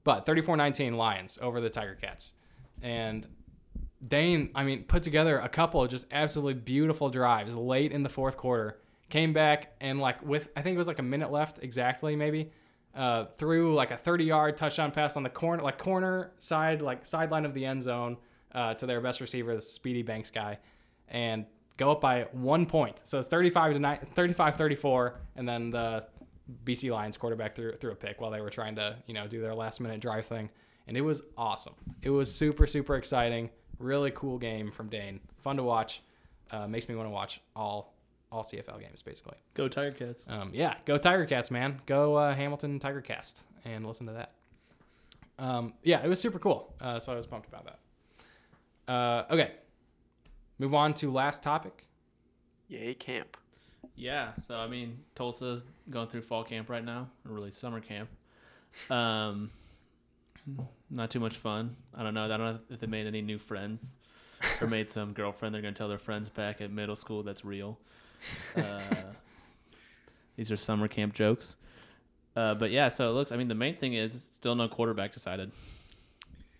[SPEAKER 2] but 34 19 Lions over the Tiger Cats. And Dane, I mean, put together a couple of just absolutely beautiful drives late in the fourth quarter. Came back and like with I think it was like a minute left exactly maybe, uh, threw like a 30 yard touchdown pass on the corner like corner side like sideline of the end zone uh, to their best receiver, the Speedy Banks guy, and go up by one point. So it's 35 to 9, 35 34, and then the BC Lions quarterback threw threw a pick while they were trying to you know do their last minute drive thing and it was awesome. It was super, super exciting. Really cool game from Dane. Fun to watch. Uh, makes me want to watch all all CFL games basically.
[SPEAKER 1] Go Tiger Cats.
[SPEAKER 2] Um, yeah, go Tiger Cats, man. Go uh, Hamilton Tiger Cast and listen to that. Um, yeah, it was super cool. Uh, so I was pumped about that. Uh, okay, move on to last topic.
[SPEAKER 3] Yay camp.
[SPEAKER 1] Yeah, so I mean, Tulsa's going through fall camp right now, or really summer camp. Um, not too much fun. I don't know. I don't know if they made any new friends or made some girlfriend they're going to tell their friends back at middle school that's real. Uh, these are summer camp jokes. Uh, but yeah, so it looks. I mean, the main thing is still no quarterback decided.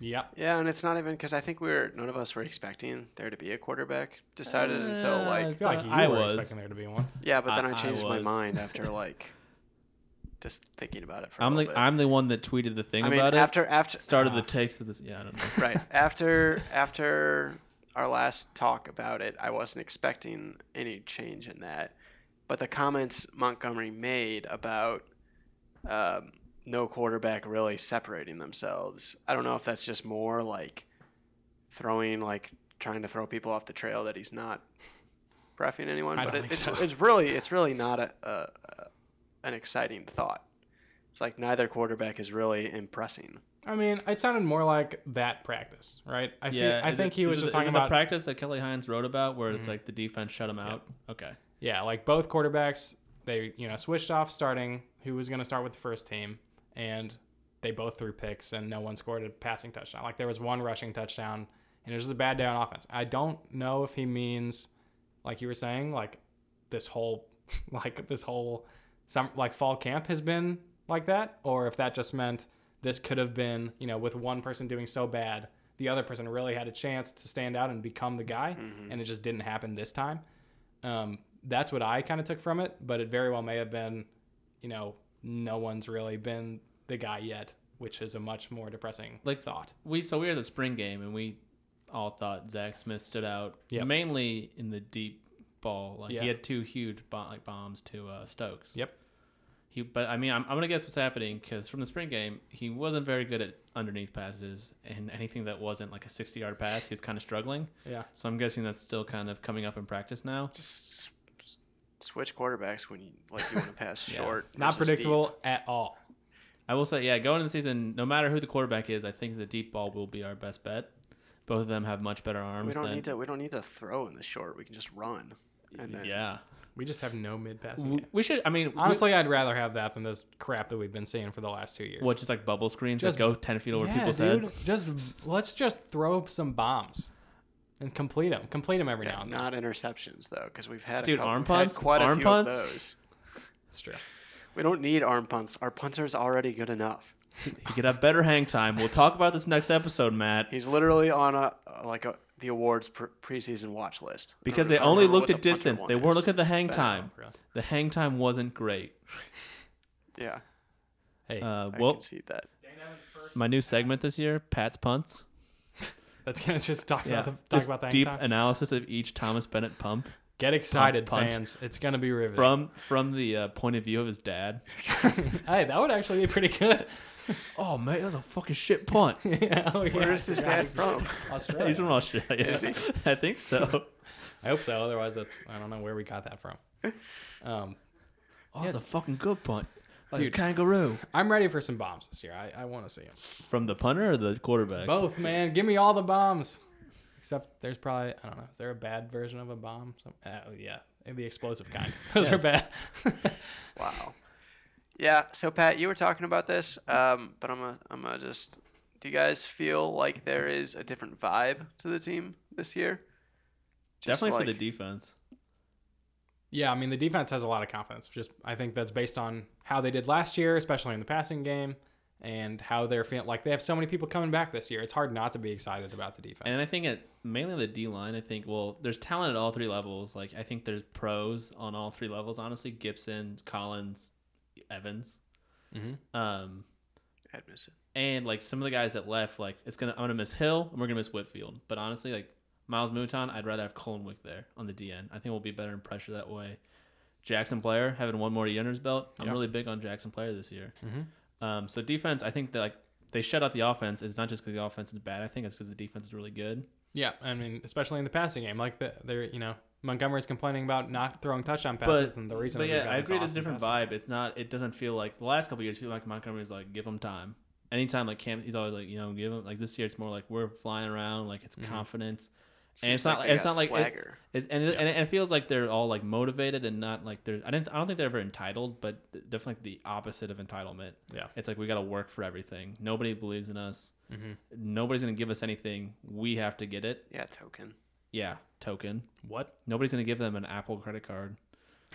[SPEAKER 2] Yep.
[SPEAKER 3] Yeah, and it's not even because I think we were none of us were expecting there to be a quarterback decided until
[SPEAKER 1] Uh,
[SPEAKER 3] like
[SPEAKER 2] I feel like you
[SPEAKER 1] I
[SPEAKER 2] were
[SPEAKER 1] was.
[SPEAKER 2] expecting there to be one.
[SPEAKER 3] yeah, but then
[SPEAKER 1] I-
[SPEAKER 3] I,
[SPEAKER 1] I
[SPEAKER 3] changed my
[SPEAKER 1] was.
[SPEAKER 3] mind after like just thinking about it for a
[SPEAKER 1] I'm
[SPEAKER 3] little
[SPEAKER 1] the
[SPEAKER 3] bit.
[SPEAKER 1] I'm the one that tweeted the thing
[SPEAKER 3] I mean,
[SPEAKER 1] about
[SPEAKER 3] after after
[SPEAKER 1] it. Started
[SPEAKER 2] Ah.
[SPEAKER 1] the takes of this. Yeah, I don't know.
[SPEAKER 3] right after after our last talk about it, I wasn't expecting any change in that, but the comments Montgomery made about um, no quarterback really separating themselves. I don't know if that's just more like throwing like trying to throw people off the trail that he's not refing anyone.
[SPEAKER 2] I
[SPEAKER 3] but
[SPEAKER 2] don't
[SPEAKER 3] it,
[SPEAKER 2] think
[SPEAKER 3] it's,
[SPEAKER 2] so.
[SPEAKER 3] it's really it's really not a, a, a an exciting thought. It's like neither quarterback is really impressing.
[SPEAKER 2] I mean, it sounded more like that practice, right? I feel, I
[SPEAKER 1] is
[SPEAKER 2] think
[SPEAKER 1] it-
[SPEAKER 2] he
[SPEAKER 1] is
[SPEAKER 2] was
[SPEAKER 1] it-
[SPEAKER 2] just
[SPEAKER 1] is it
[SPEAKER 2] talking
[SPEAKER 1] the
[SPEAKER 2] about Mm-hmm.
[SPEAKER 1] practice that Kelly Hines wrote about, where it's like the defense shut him out. Okay,
[SPEAKER 2] Yeah, like both quarterbacks, they you know switched off starting who was going to start with the first team, and they both threw picks, and no one scored a passing touchdown. Like there was one rushing touchdown, and it was just a bad day on offense. I don't know if he means, like you were saying, like this whole, like this whole, some like fall camp has been like that, or if that just meant this could have been, you know, with one person doing so bad, the other person really had a chance to stand out and become the guy, and it just didn't happen this time. Um, that's what I kind of took from it, but it very well may have been, you know, no one's really been the guy yet, which is a much more depressing
[SPEAKER 1] Like-
[SPEAKER 2] thought.
[SPEAKER 1] we so we had the spring game and we all thought Zach Smith stood out
[SPEAKER 2] Yep.
[SPEAKER 1] mainly in the deep ball. Like
[SPEAKER 2] Yeah.
[SPEAKER 1] he had two huge bomb, like bombs to uh, Stokes.
[SPEAKER 2] Yep.
[SPEAKER 1] He, but I mean, I'm, I'm gonna guess what's happening because from the spring game, he wasn't very good at underneath passes and anything that wasn't like a 60 yard pass. He was kind of struggling.
[SPEAKER 2] Yeah.
[SPEAKER 1] So I'm guessing that's still kind of coming up in practice now.
[SPEAKER 3] Just s- s- switch quarterbacks when you like you want to pass
[SPEAKER 1] Yeah.
[SPEAKER 3] short.
[SPEAKER 2] Not
[SPEAKER 3] versus
[SPEAKER 2] predictable at all.
[SPEAKER 1] I will say, yeah, going into the season, no matter who the quarterback is, I think the deep ball will be our best bet. Both of them have much better
[SPEAKER 3] deep.
[SPEAKER 1] arms.
[SPEAKER 3] We don't
[SPEAKER 1] than,
[SPEAKER 3] need to. We don't need to throw in the short. We can just run. And then
[SPEAKER 1] Yeah.
[SPEAKER 2] We just have no mid passing.
[SPEAKER 1] W- We should. I mean, we-
[SPEAKER 2] Honestly, I'd rather have that than this crap that we've been seeing for the last two years.
[SPEAKER 1] What, just like bubble screens
[SPEAKER 2] Just-
[SPEAKER 1] that go ten feet over
[SPEAKER 2] yeah,
[SPEAKER 1] people's
[SPEAKER 2] dude.
[SPEAKER 1] head?
[SPEAKER 2] Just let's just throw up some bombs and complete them. Complete them every
[SPEAKER 3] Yeah,
[SPEAKER 2] now and then.
[SPEAKER 3] not interceptions though, because we've had
[SPEAKER 1] Dude,
[SPEAKER 3] a couple,
[SPEAKER 1] arm
[SPEAKER 3] we've had
[SPEAKER 1] punts?
[SPEAKER 3] quite
[SPEAKER 1] Arm
[SPEAKER 3] a few
[SPEAKER 1] punts?
[SPEAKER 3] of those.
[SPEAKER 2] That's true.
[SPEAKER 3] We don't need arm punts. Our punter's already good enough.
[SPEAKER 1] He could have better hang time. We'll talk about this next episode, Matt.
[SPEAKER 3] He's literally on a like a the awards pre- preseason watch list I
[SPEAKER 1] Because
[SPEAKER 3] don't-
[SPEAKER 1] they
[SPEAKER 3] I don't
[SPEAKER 1] only
[SPEAKER 3] remember
[SPEAKER 1] looked
[SPEAKER 3] what
[SPEAKER 1] at
[SPEAKER 3] the punter
[SPEAKER 1] distance.
[SPEAKER 3] one
[SPEAKER 1] They
[SPEAKER 3] is.
[SPEAKER 1] weren't looking at the hang
[SPEAKER 3] But-
[SPEAKER 1] time. The hang time wasn't great.
[SPEAKER 3] Yeah,
[SPEAKER 2] Hey,
[SPEAKER 1] Uh,
[SPEAKER 3] I
[SPEAKER 1] well,
[SPEAKER 3] can see that.
[SPEAKER 1] my new segment this year, Pat's punts.
[SPEAKER 2] that's gonna just talk
[SPEAKER 1] Yeah,
[SPEAKER 2] about the, talk
[SPEAKER 1] Just
[SPEAKER 2] about the
[SPEAKER 1] deep
[SPEAKER 2] hang time.
[SPEAKER 1] analysis of each Thomas Bennett pump
[SPEAKER 2] Get excited,
[SPEAKER 1] punt.
[SPEAKER 2] fans! It's gonna be riveting.
[SPEAKER 1] from from the uh, point of view of his dad.
[SPEAKER 2] hey, that would actually be pretty good.
[SPEAKER 1] Oh man, that was a fucking shit punt.
[SPEAKER 2] yeah, oh, yeah.
[SPEAKER 3] Where is his
[SPEAKER 2] God,
[SPEAKER 3] dad
[SPEAKER 2] he's-
[SPEAKER 3] from?
[SPEAKER 2] Australia.
[SPEAKER 1] He's from Australia.
[SPEAKER 3] Is he?
[SPEAKER 1] I think so.
[SPEAKER 2] I hope so. Otherwise, that's I don't know where we got that from. Um,
[SPEAKER 1] Oh, it's a fucking good punt, like
[SPEAKER 2] Dude.
[SPEAKER 1] a kangaroo.
[SPEAKER 2] I'm ready for some bombs this year. I, I want to see them.
[SPEAKER 1] From the punter or the quarterback?
[SPEAKER 2] Both, man. Give me all the bombs. Except there's probably I don't know. Is there a bad version of a bomb? Some, uh, yeah, the explosive kind. Those are
[SPEAKER 1] Yes.
[SPEAKER 2] bad.
[SPEAKER 3] Wow. Yeah. So Pat, you were talking about this, um, but I'm gonna I'm gonna just. Do you guys feel like there is a different vibe to the team this year? Just
[SPEAKER 1] Definitely for
[SPEAKER 3] like-
[SPEAKER 1] the defense.
[SPEAKER 2] yeah, I mean the defense has a lot of confidence. Just I think that's based on how they did last year, especially in the passing game, and how they're feeling. Like they have so many people coming back this year. It's hard not to be excited about the defense.
[SPEAKER 1] And I think it mainly the D line. I think well, there's talent at all three levels. Like I think there's pros on all three levels. Honestly, Gibson, Collins, Evans,
[SPEAKER 2] Mhm.
[SPEAKER 1] um,
[SPEAKER 3] Edmondson.
[SPEAKER 1] and like some of the guys that left. Like it's gonna I'm gonna miss Hill and we're gonna miss Whitfield. But honestly, like Miles Mouton, I'd rather have Colonwick there on the DN. I think we'll be better in pressure that way. Jackson Player having one more year under his belt. I'm
[SPEAKER 2] Yeah.
[SPEAKER 1] really big on Jackson Player this year.
[SPEAKER 2] Mhm.
[SPEAKER 1] Um, so defense, I think that like they shut out the offense. It's not just because the offense is bad. I think it's because the defense is really good.
[SPEAKER 2] Yeah, I mean, especially in the passing game, like the, they're you know Montgomery's complaining about not throwing touchdown passes, and the reason.
[SPEAKER 1] But
[SPEAKER 2] is we've
[SPEAKER 1] yeah,
[SPEAKER 2] got
[SPEAKER 1] I
[SPEAKER 2] this
[SPEAKER 1] agree. There's
[SPEAKER 2] awesome
[SPEAKER 1] different
[SPEAKER 2] passing-
[SPEAKER 1] vibe. It's not. It doesn't feel like the last couple years. Feel like Montgomery's like give him time. Anytime like Cam, he's always like you know give him like this year. It's more like we're flying around. Like
[SPEAKER 2] Mm-hmm.
[SPEAKER 1] it's confidence, and
[SPEAKER 3] Seems
[SPEAKER 1] it's not.
[SPEAKER 3] like
[SPEAKER 1] Like
[SPEAKER 3] they
[SPEAKER 1] it's
[SPEAKER 3] got
[SPEAKER 1] not like it,
[SPEAKER 3] swagger.
[SPEAKER 1] it, and, it, and it feels like they're all like motivated and not like they're. I didn't. I don't think they're ever entitled, but definitely like, the opposite of entitlement.
[SPEAKER 2] Yeah.
[SPEAKER 1] it's like we got to work for everything. Nobody believes in us.
[SPEAKER 2] Mm-hmm.
[SPEAKER 1] Nobody's gonna give us anything. We have to get it.
[SPEAKER 3] Yeah, token.
[SPEAKER 1] Yeah, token.
[SPEAKER 2] What?
[SPEAKER 1] Nobody's gonna give them an Apple credit card.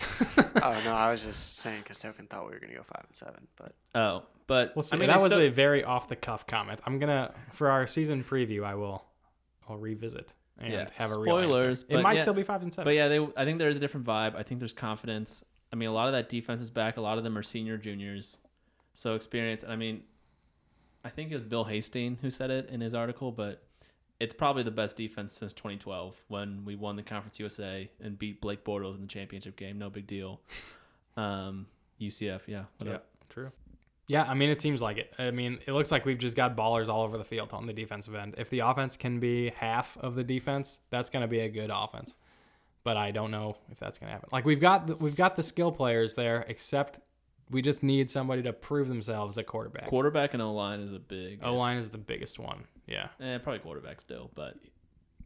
[SPEAKER 3] oh no, I was just saying because token thought we were gonna go five and seven, but
[SPEAKER 1] Oh, but
[SPEAKER 2] Well, see,
[SPEAKER 1] I mean,
[SPEAKER 2] that
[SPEAKER 1] they
[SPEAKER 2] was
[SPEAKER 1] still-
[SPEAKER 2] a very off the cuff comment. I'm gonna for our season preview, I will, I'll revisit and
[SPEAKER 1] Yeah,
[SPEAKER 2] have a real answer.
[SPEAKER 1] spoilers,
[SPEAKER 2] It
[SPEAKER 1] but
[SPEAKER 2] might
[SPEAKER 1] yeah-
[SPEAKER 2] still be five and seven.
[SPEAKER 1] But yeah, they. I think there is a different vibe. I think there's confidence. I mean, a lot of that defense is back. A lot of them are senior juniors, so experience. I mean, I think it was Bill Hastine who said it in his article, but it's probably the best defense since 2012 when we won the Conference USA and beat Blake Bortles in the championship game. No big deal. Um, UCF, yeah. What
[SPEAKER 2] Yeah,
[SPEAKER 1] up?
[SPEAKER 2] true. Yeah, I mean, it seems like it. I mean, it looks like we've just got ballers all over the field on the defensive end. If the offense can be half of the defense, that's going to be a good offense. But I don't know if that's going to happen. Like we've got the, we've got the skill players there, except we just need somebody to prove themselves at quarterback.
[SPEAKER 1] Quarterback and O line is a big.
[SPEAKER 2] O line is the biggest one. Yeah,
[SPEAKER 1] Eh, probably quarterback still, but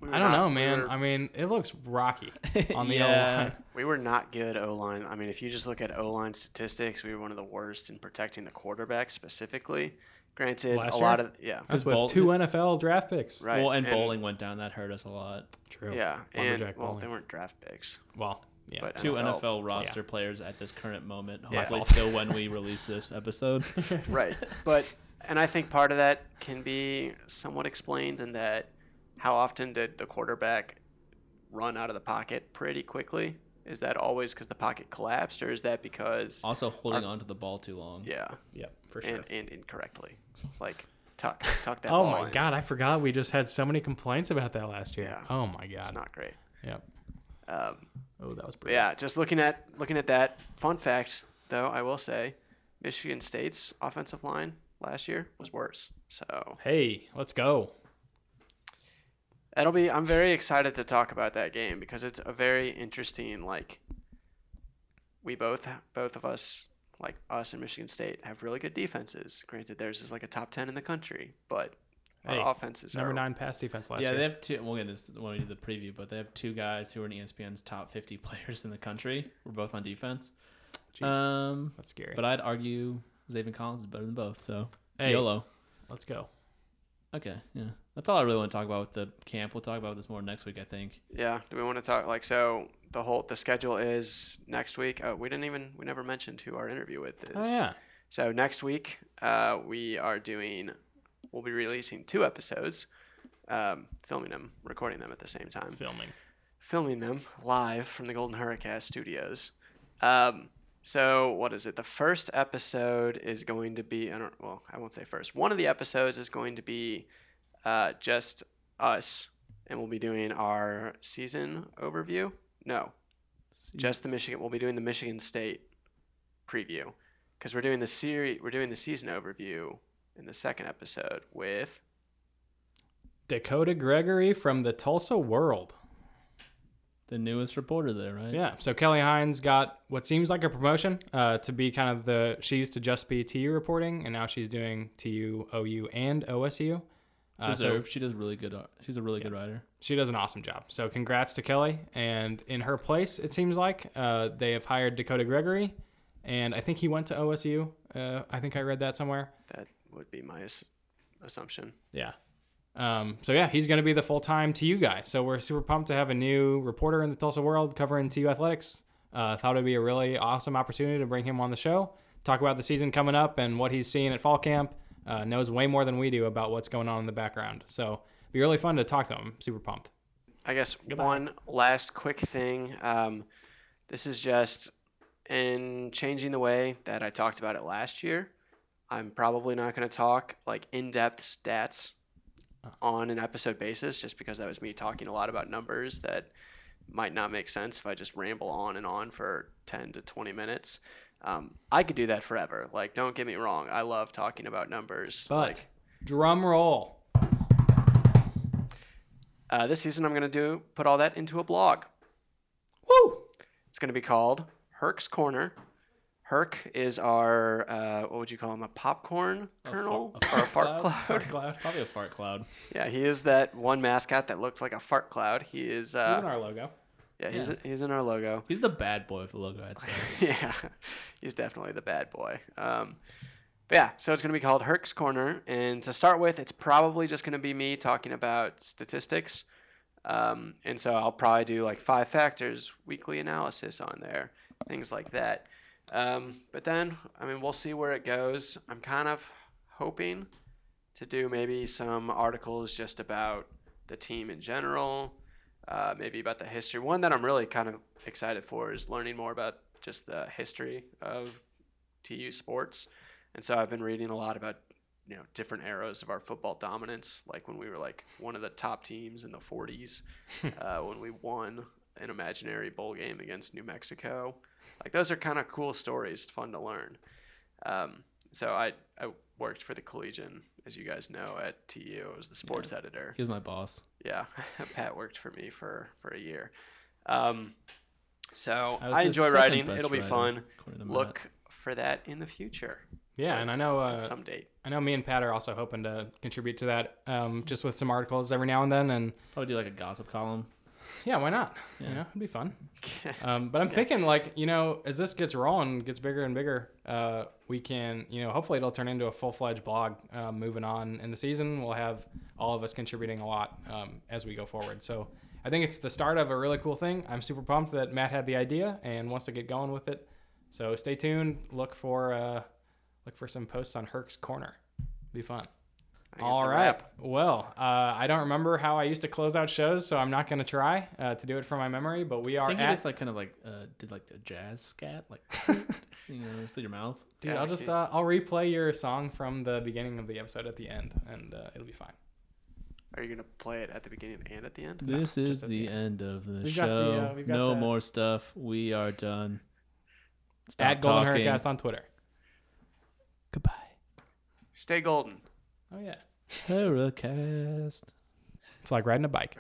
[SPEAKER 3] we were
[SPEAKER 2] I don't
[SPEAKER 3] not-
[SPEAKER 2] know,
[SPEAKER 3] we
[SPEAKER 2] man.
[SPEAKER 3] were-
[SPEAKER 2] I mean, it looks rocky on the O line.
[SPEAKER 1] Yeah.
[SPEAKER 3] We were not good O line. I mean, if you just look at O line statistics, we were one of the worst in protecting the quarterback specifically. Granted,
[SPEAKER 2] Last
[SPEAKER 3] a lot
[SPEAKER 2] year?
[SPEAKER 3] of yeah,
[SPEAKER 1] Because
[SPEAKER 2] with
[SPEAKER 1] Bol-
[SPEAKER 2] two NFL draft picks.
[SPEAKER 3] right.
[SPEAKER 1] Well, and, bowling went down. That hurt us a lot.
[SPEAKER 2] True.
[SPEAKER 3] Yeah, and
[SPEAKER 2] Lumberjack
[SPEAKER 3] well,
[SPEAKER 2] bowling.
[SPEAKER 3] they weren't draft picks,
[SPEAKER 2] Well, yeah.
[SPEAKER 3] but
[SPEAKER 1] Two
[SPEAKER 3] NFL,
[SPEAKER 1] NFL, roster players at this current moment.
[SPEAKER 3] Yeah.
[SPEAKER 1] Hopefully,
[SPEAKER 2] fault.
[SPEAKER 1] still when we release this episode.
[SPEAKER 3] right? But and I think part of that can be somewhat explained in that how often did the quarterback run out of the pocket pretty quickly? Is that always because the pocket collapsed, or is that because
[SPEAKER 1] also, holding on to the ball too long.
[SPEAKER 3] yeah,
[SPEAKER 2] Yep, Um, for
[SPEAKER 3] and and incorrectly, like tuck tuck that.
[SPEAKER 2] Oh
[SPEAKER 3] ball
[SPEAKER 2] my
[SPEAKER 3] in.
[SPEAKER 2] god, I forgot we just had so many complaints about that last year.
[SPEAKER 3] Yeah.
[SPEAKER 2] Oh my
[SPEAKER 3] it's
[SPEAKER 2] god.
[SPEAKER 3] not great.
[SPEAKER 2] Yep.
[SPEAKER 3] Um,
[SPEAKER 2] Oh, that was
[SPEAKER 3] But
[SPEAKER 2] pretty.
[SPEAKER 3] yeah, just looking at looking at that fun fact though, I will say Michigan State's offensive line last year was worse. So
[SPEAKER 2] Hey, let's go.
[SPEAKER 3] that'll be I'm very excited to talk about that game because it's a very interesting like we both both of us like us and Michigan State have really good defenses. Granted theirs is like a top ten in the country, but
[SPEAKER 2] Hey,
[SPEAKER 3] our offenses
[SPEAKER 2] Number
[SPEAKER 3] are
[SPEAKER 2] nine pass defense last
[SPEAKER 1] yeah,
[SPEAKER 2] year.
[SPEAKER 1] they have two. We'll get this when we do the preview, but they have two guys who are in E ESPN's top 50 players in the country. We're both on defense.
[SPEAKER 2] Jeez,
[SPEAKER 3] uh,
[SPEAKER 1] Um,
[SPEAKER 2] that's scary.
[SPEAKER 1] but I'd argue Zayvon Collins is better than both. So
[SPEAKER 2] hey,
[SPEAKER 1] YOLO.
[SPEAKER 2] let's go.
[SPEAKER 1] Okay, yeah, that's all I really want to talk about with the camp. We'll talk about this more next week, I think.
[SPEAKER 3] Yeah. Do we want to talk like so the whole the schedule is next week. Oh, we didn't even we never mentioned who our interview with is.
[SPEAKER 2] Oh yeah.
[SPEAKER 3] So next week, uh, we are doing, we'll be releasing two episodes, um, filming them, recording them at the same time,
[SPEAKER 2] Filming.
[SPEAKER 3] filming them live from the Golden Hurricane Studios. Um, so what is it? The first episode is going to be, I don't, well, I won't say first. One of the episodes is going to be uh, just us, and we'll be doing our season overview. No,
[SPEAKER 2] Mm-hmm.
[SPEAKER 3] just the Michigan. We'll be doing the Michigan State preview because we're doing the series. We're doing the season overview in the second episode with
[SPEAKER 2] Dakota Gregory from the Tulsa World.
[SPEAKER 1] the newest reporter there, right?
[SPEAKER 2] Yeah. So Kelly Hines got what seems like a promotion uh, to be kind of the she used to just be TU reporting, and now she's doing TU, OU, and OSU. Uh, so
[SPEAKER 1] Deserved. she does really good. ar- She's a really good writer.
[SPEAKER 2] she does an awesome job. So congrats to Kelly. And in her place, it seems like uh, they have hired Dakota Gregory, and I think he went to OSU. Uh, I think I read that somewhere.
[SPEAKER 3] that would be my ass- assumption.
[SPEAKER 2] Yeah. Um, so yeah, he's going to be the full time TU guy. So we're super pumped to have a new reporter in the Tulsa World covering TU athletics. Uh, thought it'd be a really awesome opportunity to bring him on the show, talk about the season coming up and what he's seeing at fall camp. Uh, knows way more than we do about what's going on in the background. So it'd be really fun to talk to him. Super pumped.
[SPEAKER 3] I guess one last quick thing. Um, this is just in changing the way that I talked about it last year. I'm probably not going to talk like in-depth stats on an episode basis, just because that was me talking a lot about numbers that might not make sense if I just ramble on and on for 10 to 20 minutes. Um, I could do that forever. Like, don't get me wrong. I love talking about numbers.
[SPEAKER 2] But
[SPEAKER 3] like,
[SPEAKER 2] drum roll.
[SPEAKER 3] uh, this season, I'm going to do put all that into a blog.
[SPEAKER 2] Woo!
[SPEAKER 3] It's going to be called Herc's Corner. Herc is our uh, what would you call him? A popcorn kernel or a fart cloud?
[SPEAKER 1] Fart cloud. Probably a fart cloud.
[SPEAKER 3] Yeah, he is that one mascot that looked like a fart cloud. He is.
[SPEAKER 2] He's in
[SPEAKER 3] Uh,
[SPEAKER 2] our logo.
[SPEAKER 3] yeah, he's he's in our logo.
[SPEAKER 1] He's the bad boy of the logo, I'd say.
[SPEAKER 3] yeah, he's definitely the bad boy. Um, but yeah, so it's going to be called Herc's Corner. And to start with, it's probably just going to be me talking about statistics. Um, and so I'll probably do like five factors, weekly analysis on there, things like that. Um, but then, I mean, we'll see where it goes. I'm kind of hoping to do maybe some articles just about the team in general, uh, maybe about the history. One that I'm really kind of excited for is learning more about just the history of TU sports. And so I've been reading a lot about you know different eras of our football dominance, like when we were like one of the top teams in the 40s, uh, when we won an imaginary bowl game against New Mexico. Like those are kind of cool stories, fun to learn. Um, so I I worked for the Collegian, as you guys know, at TU. I was the sports editor
[SPEAKER 1] He was my boss.
[SPEAKER 3] yeah pat worked for me for for a year um so
[SPEAKER 1] I was
[SPEAKER 3] i,
[SPEAKER 1] his
[SPEAKER 3] enjoy
[SPEAKER 1] second
[SPEAKER 3] writing
[SPEAKER 1] best
[SPEAKER 3] it'll be
[SPEAKER 1] writer,
[SPEAKER 3] fun
[SPEAKER 1] according to Matt.
[SPEAKER 3] look for that in the future
[SPEAKER 2] Yeah, and I know
[SPEAKER 3] at
[SPEAKER 2] uh,
[SPEAKER 3] some date
[SPEAKER 2] I know me and Pat are also hoping to contribute to that, um, just with some articles every now and then. And
[SPEAKER 1] Probably do like a gossip column.
[SPEAKER 2] Yeah, why not?
[SPEAKER 1] Yeah.
[SPEAKER 2] You know, it'd be fun. Um, but I'm thinking like, you know, as this gets rolling, gets bigger and bigger, uh, we can, you know, hopefully it'll turn into a full fledged blog. Uh, moving on in the season, we'll have all of us contributing a lot um, as we go forward. So I think it's the start of a really cool thing. I'm super pumped that Matt had the idea and wants to get going with it. So stay tuned. Look for uh, look for some posts on Herc's Corner. Be fun.
[SPEAKER 3] I think it's
[SPEAKER 2] All
[SPEAKER 3] a
[SPEAKER 2] right.
[SPEAKER 3] wrap.
[SPEAKER 2] Well, uh, I don't remember how I used to close out shows, so I'm not going to try uh, to do it from my memory. But we
[SPEAKER 1] I
[SPEAKER 2] are
[SPEAKER 1] think you
[SPEAKER 2] at.
[SPEAKER 1] just like kind of like uh, did like a jazz scat, like you know, just through your mouth.
[SPEAKER 2] Dude,
[SPEAKER 3] Yeah,
[SPEAKER 2] I'll
[SPEAKER 3] like
[SPEAKER 2] just
[SPEAKER 3] you-
[SPEAKER 2] uh, I'll replay your song from the beginning of the episode at the end, and uh, it'll be fine.
[SPEAKER 3] Are you gonna play it at the beginning and at the end?
[SPEAKER 1] This is
[SPEAKER 2] just at
[SPEAKER 1] the,
[SPEAKER 2] the
[SPEAKER 1] end of the
[SPEAKER 2] We've got the,
[SPEAKER 1] show.
[SPEAKER 2] uh, we've got
[SPEAKER 1] no
[SPEAKER 2] the-
[SPEAKER 1] more stuff. We are done. Stop
[SPEAKER 2] at Golden
[SPEAKER 1] talking.
[SPEAKER 2] Hercast on Twitter.
[SPEAKER 1] Goodbye.
[SPEAKER 3] Stay golden.
[SPEAKER 2] Oh yeah,
[SPEAKER 1] Heracast.
[SPEAKER 2] it's like riding a bike.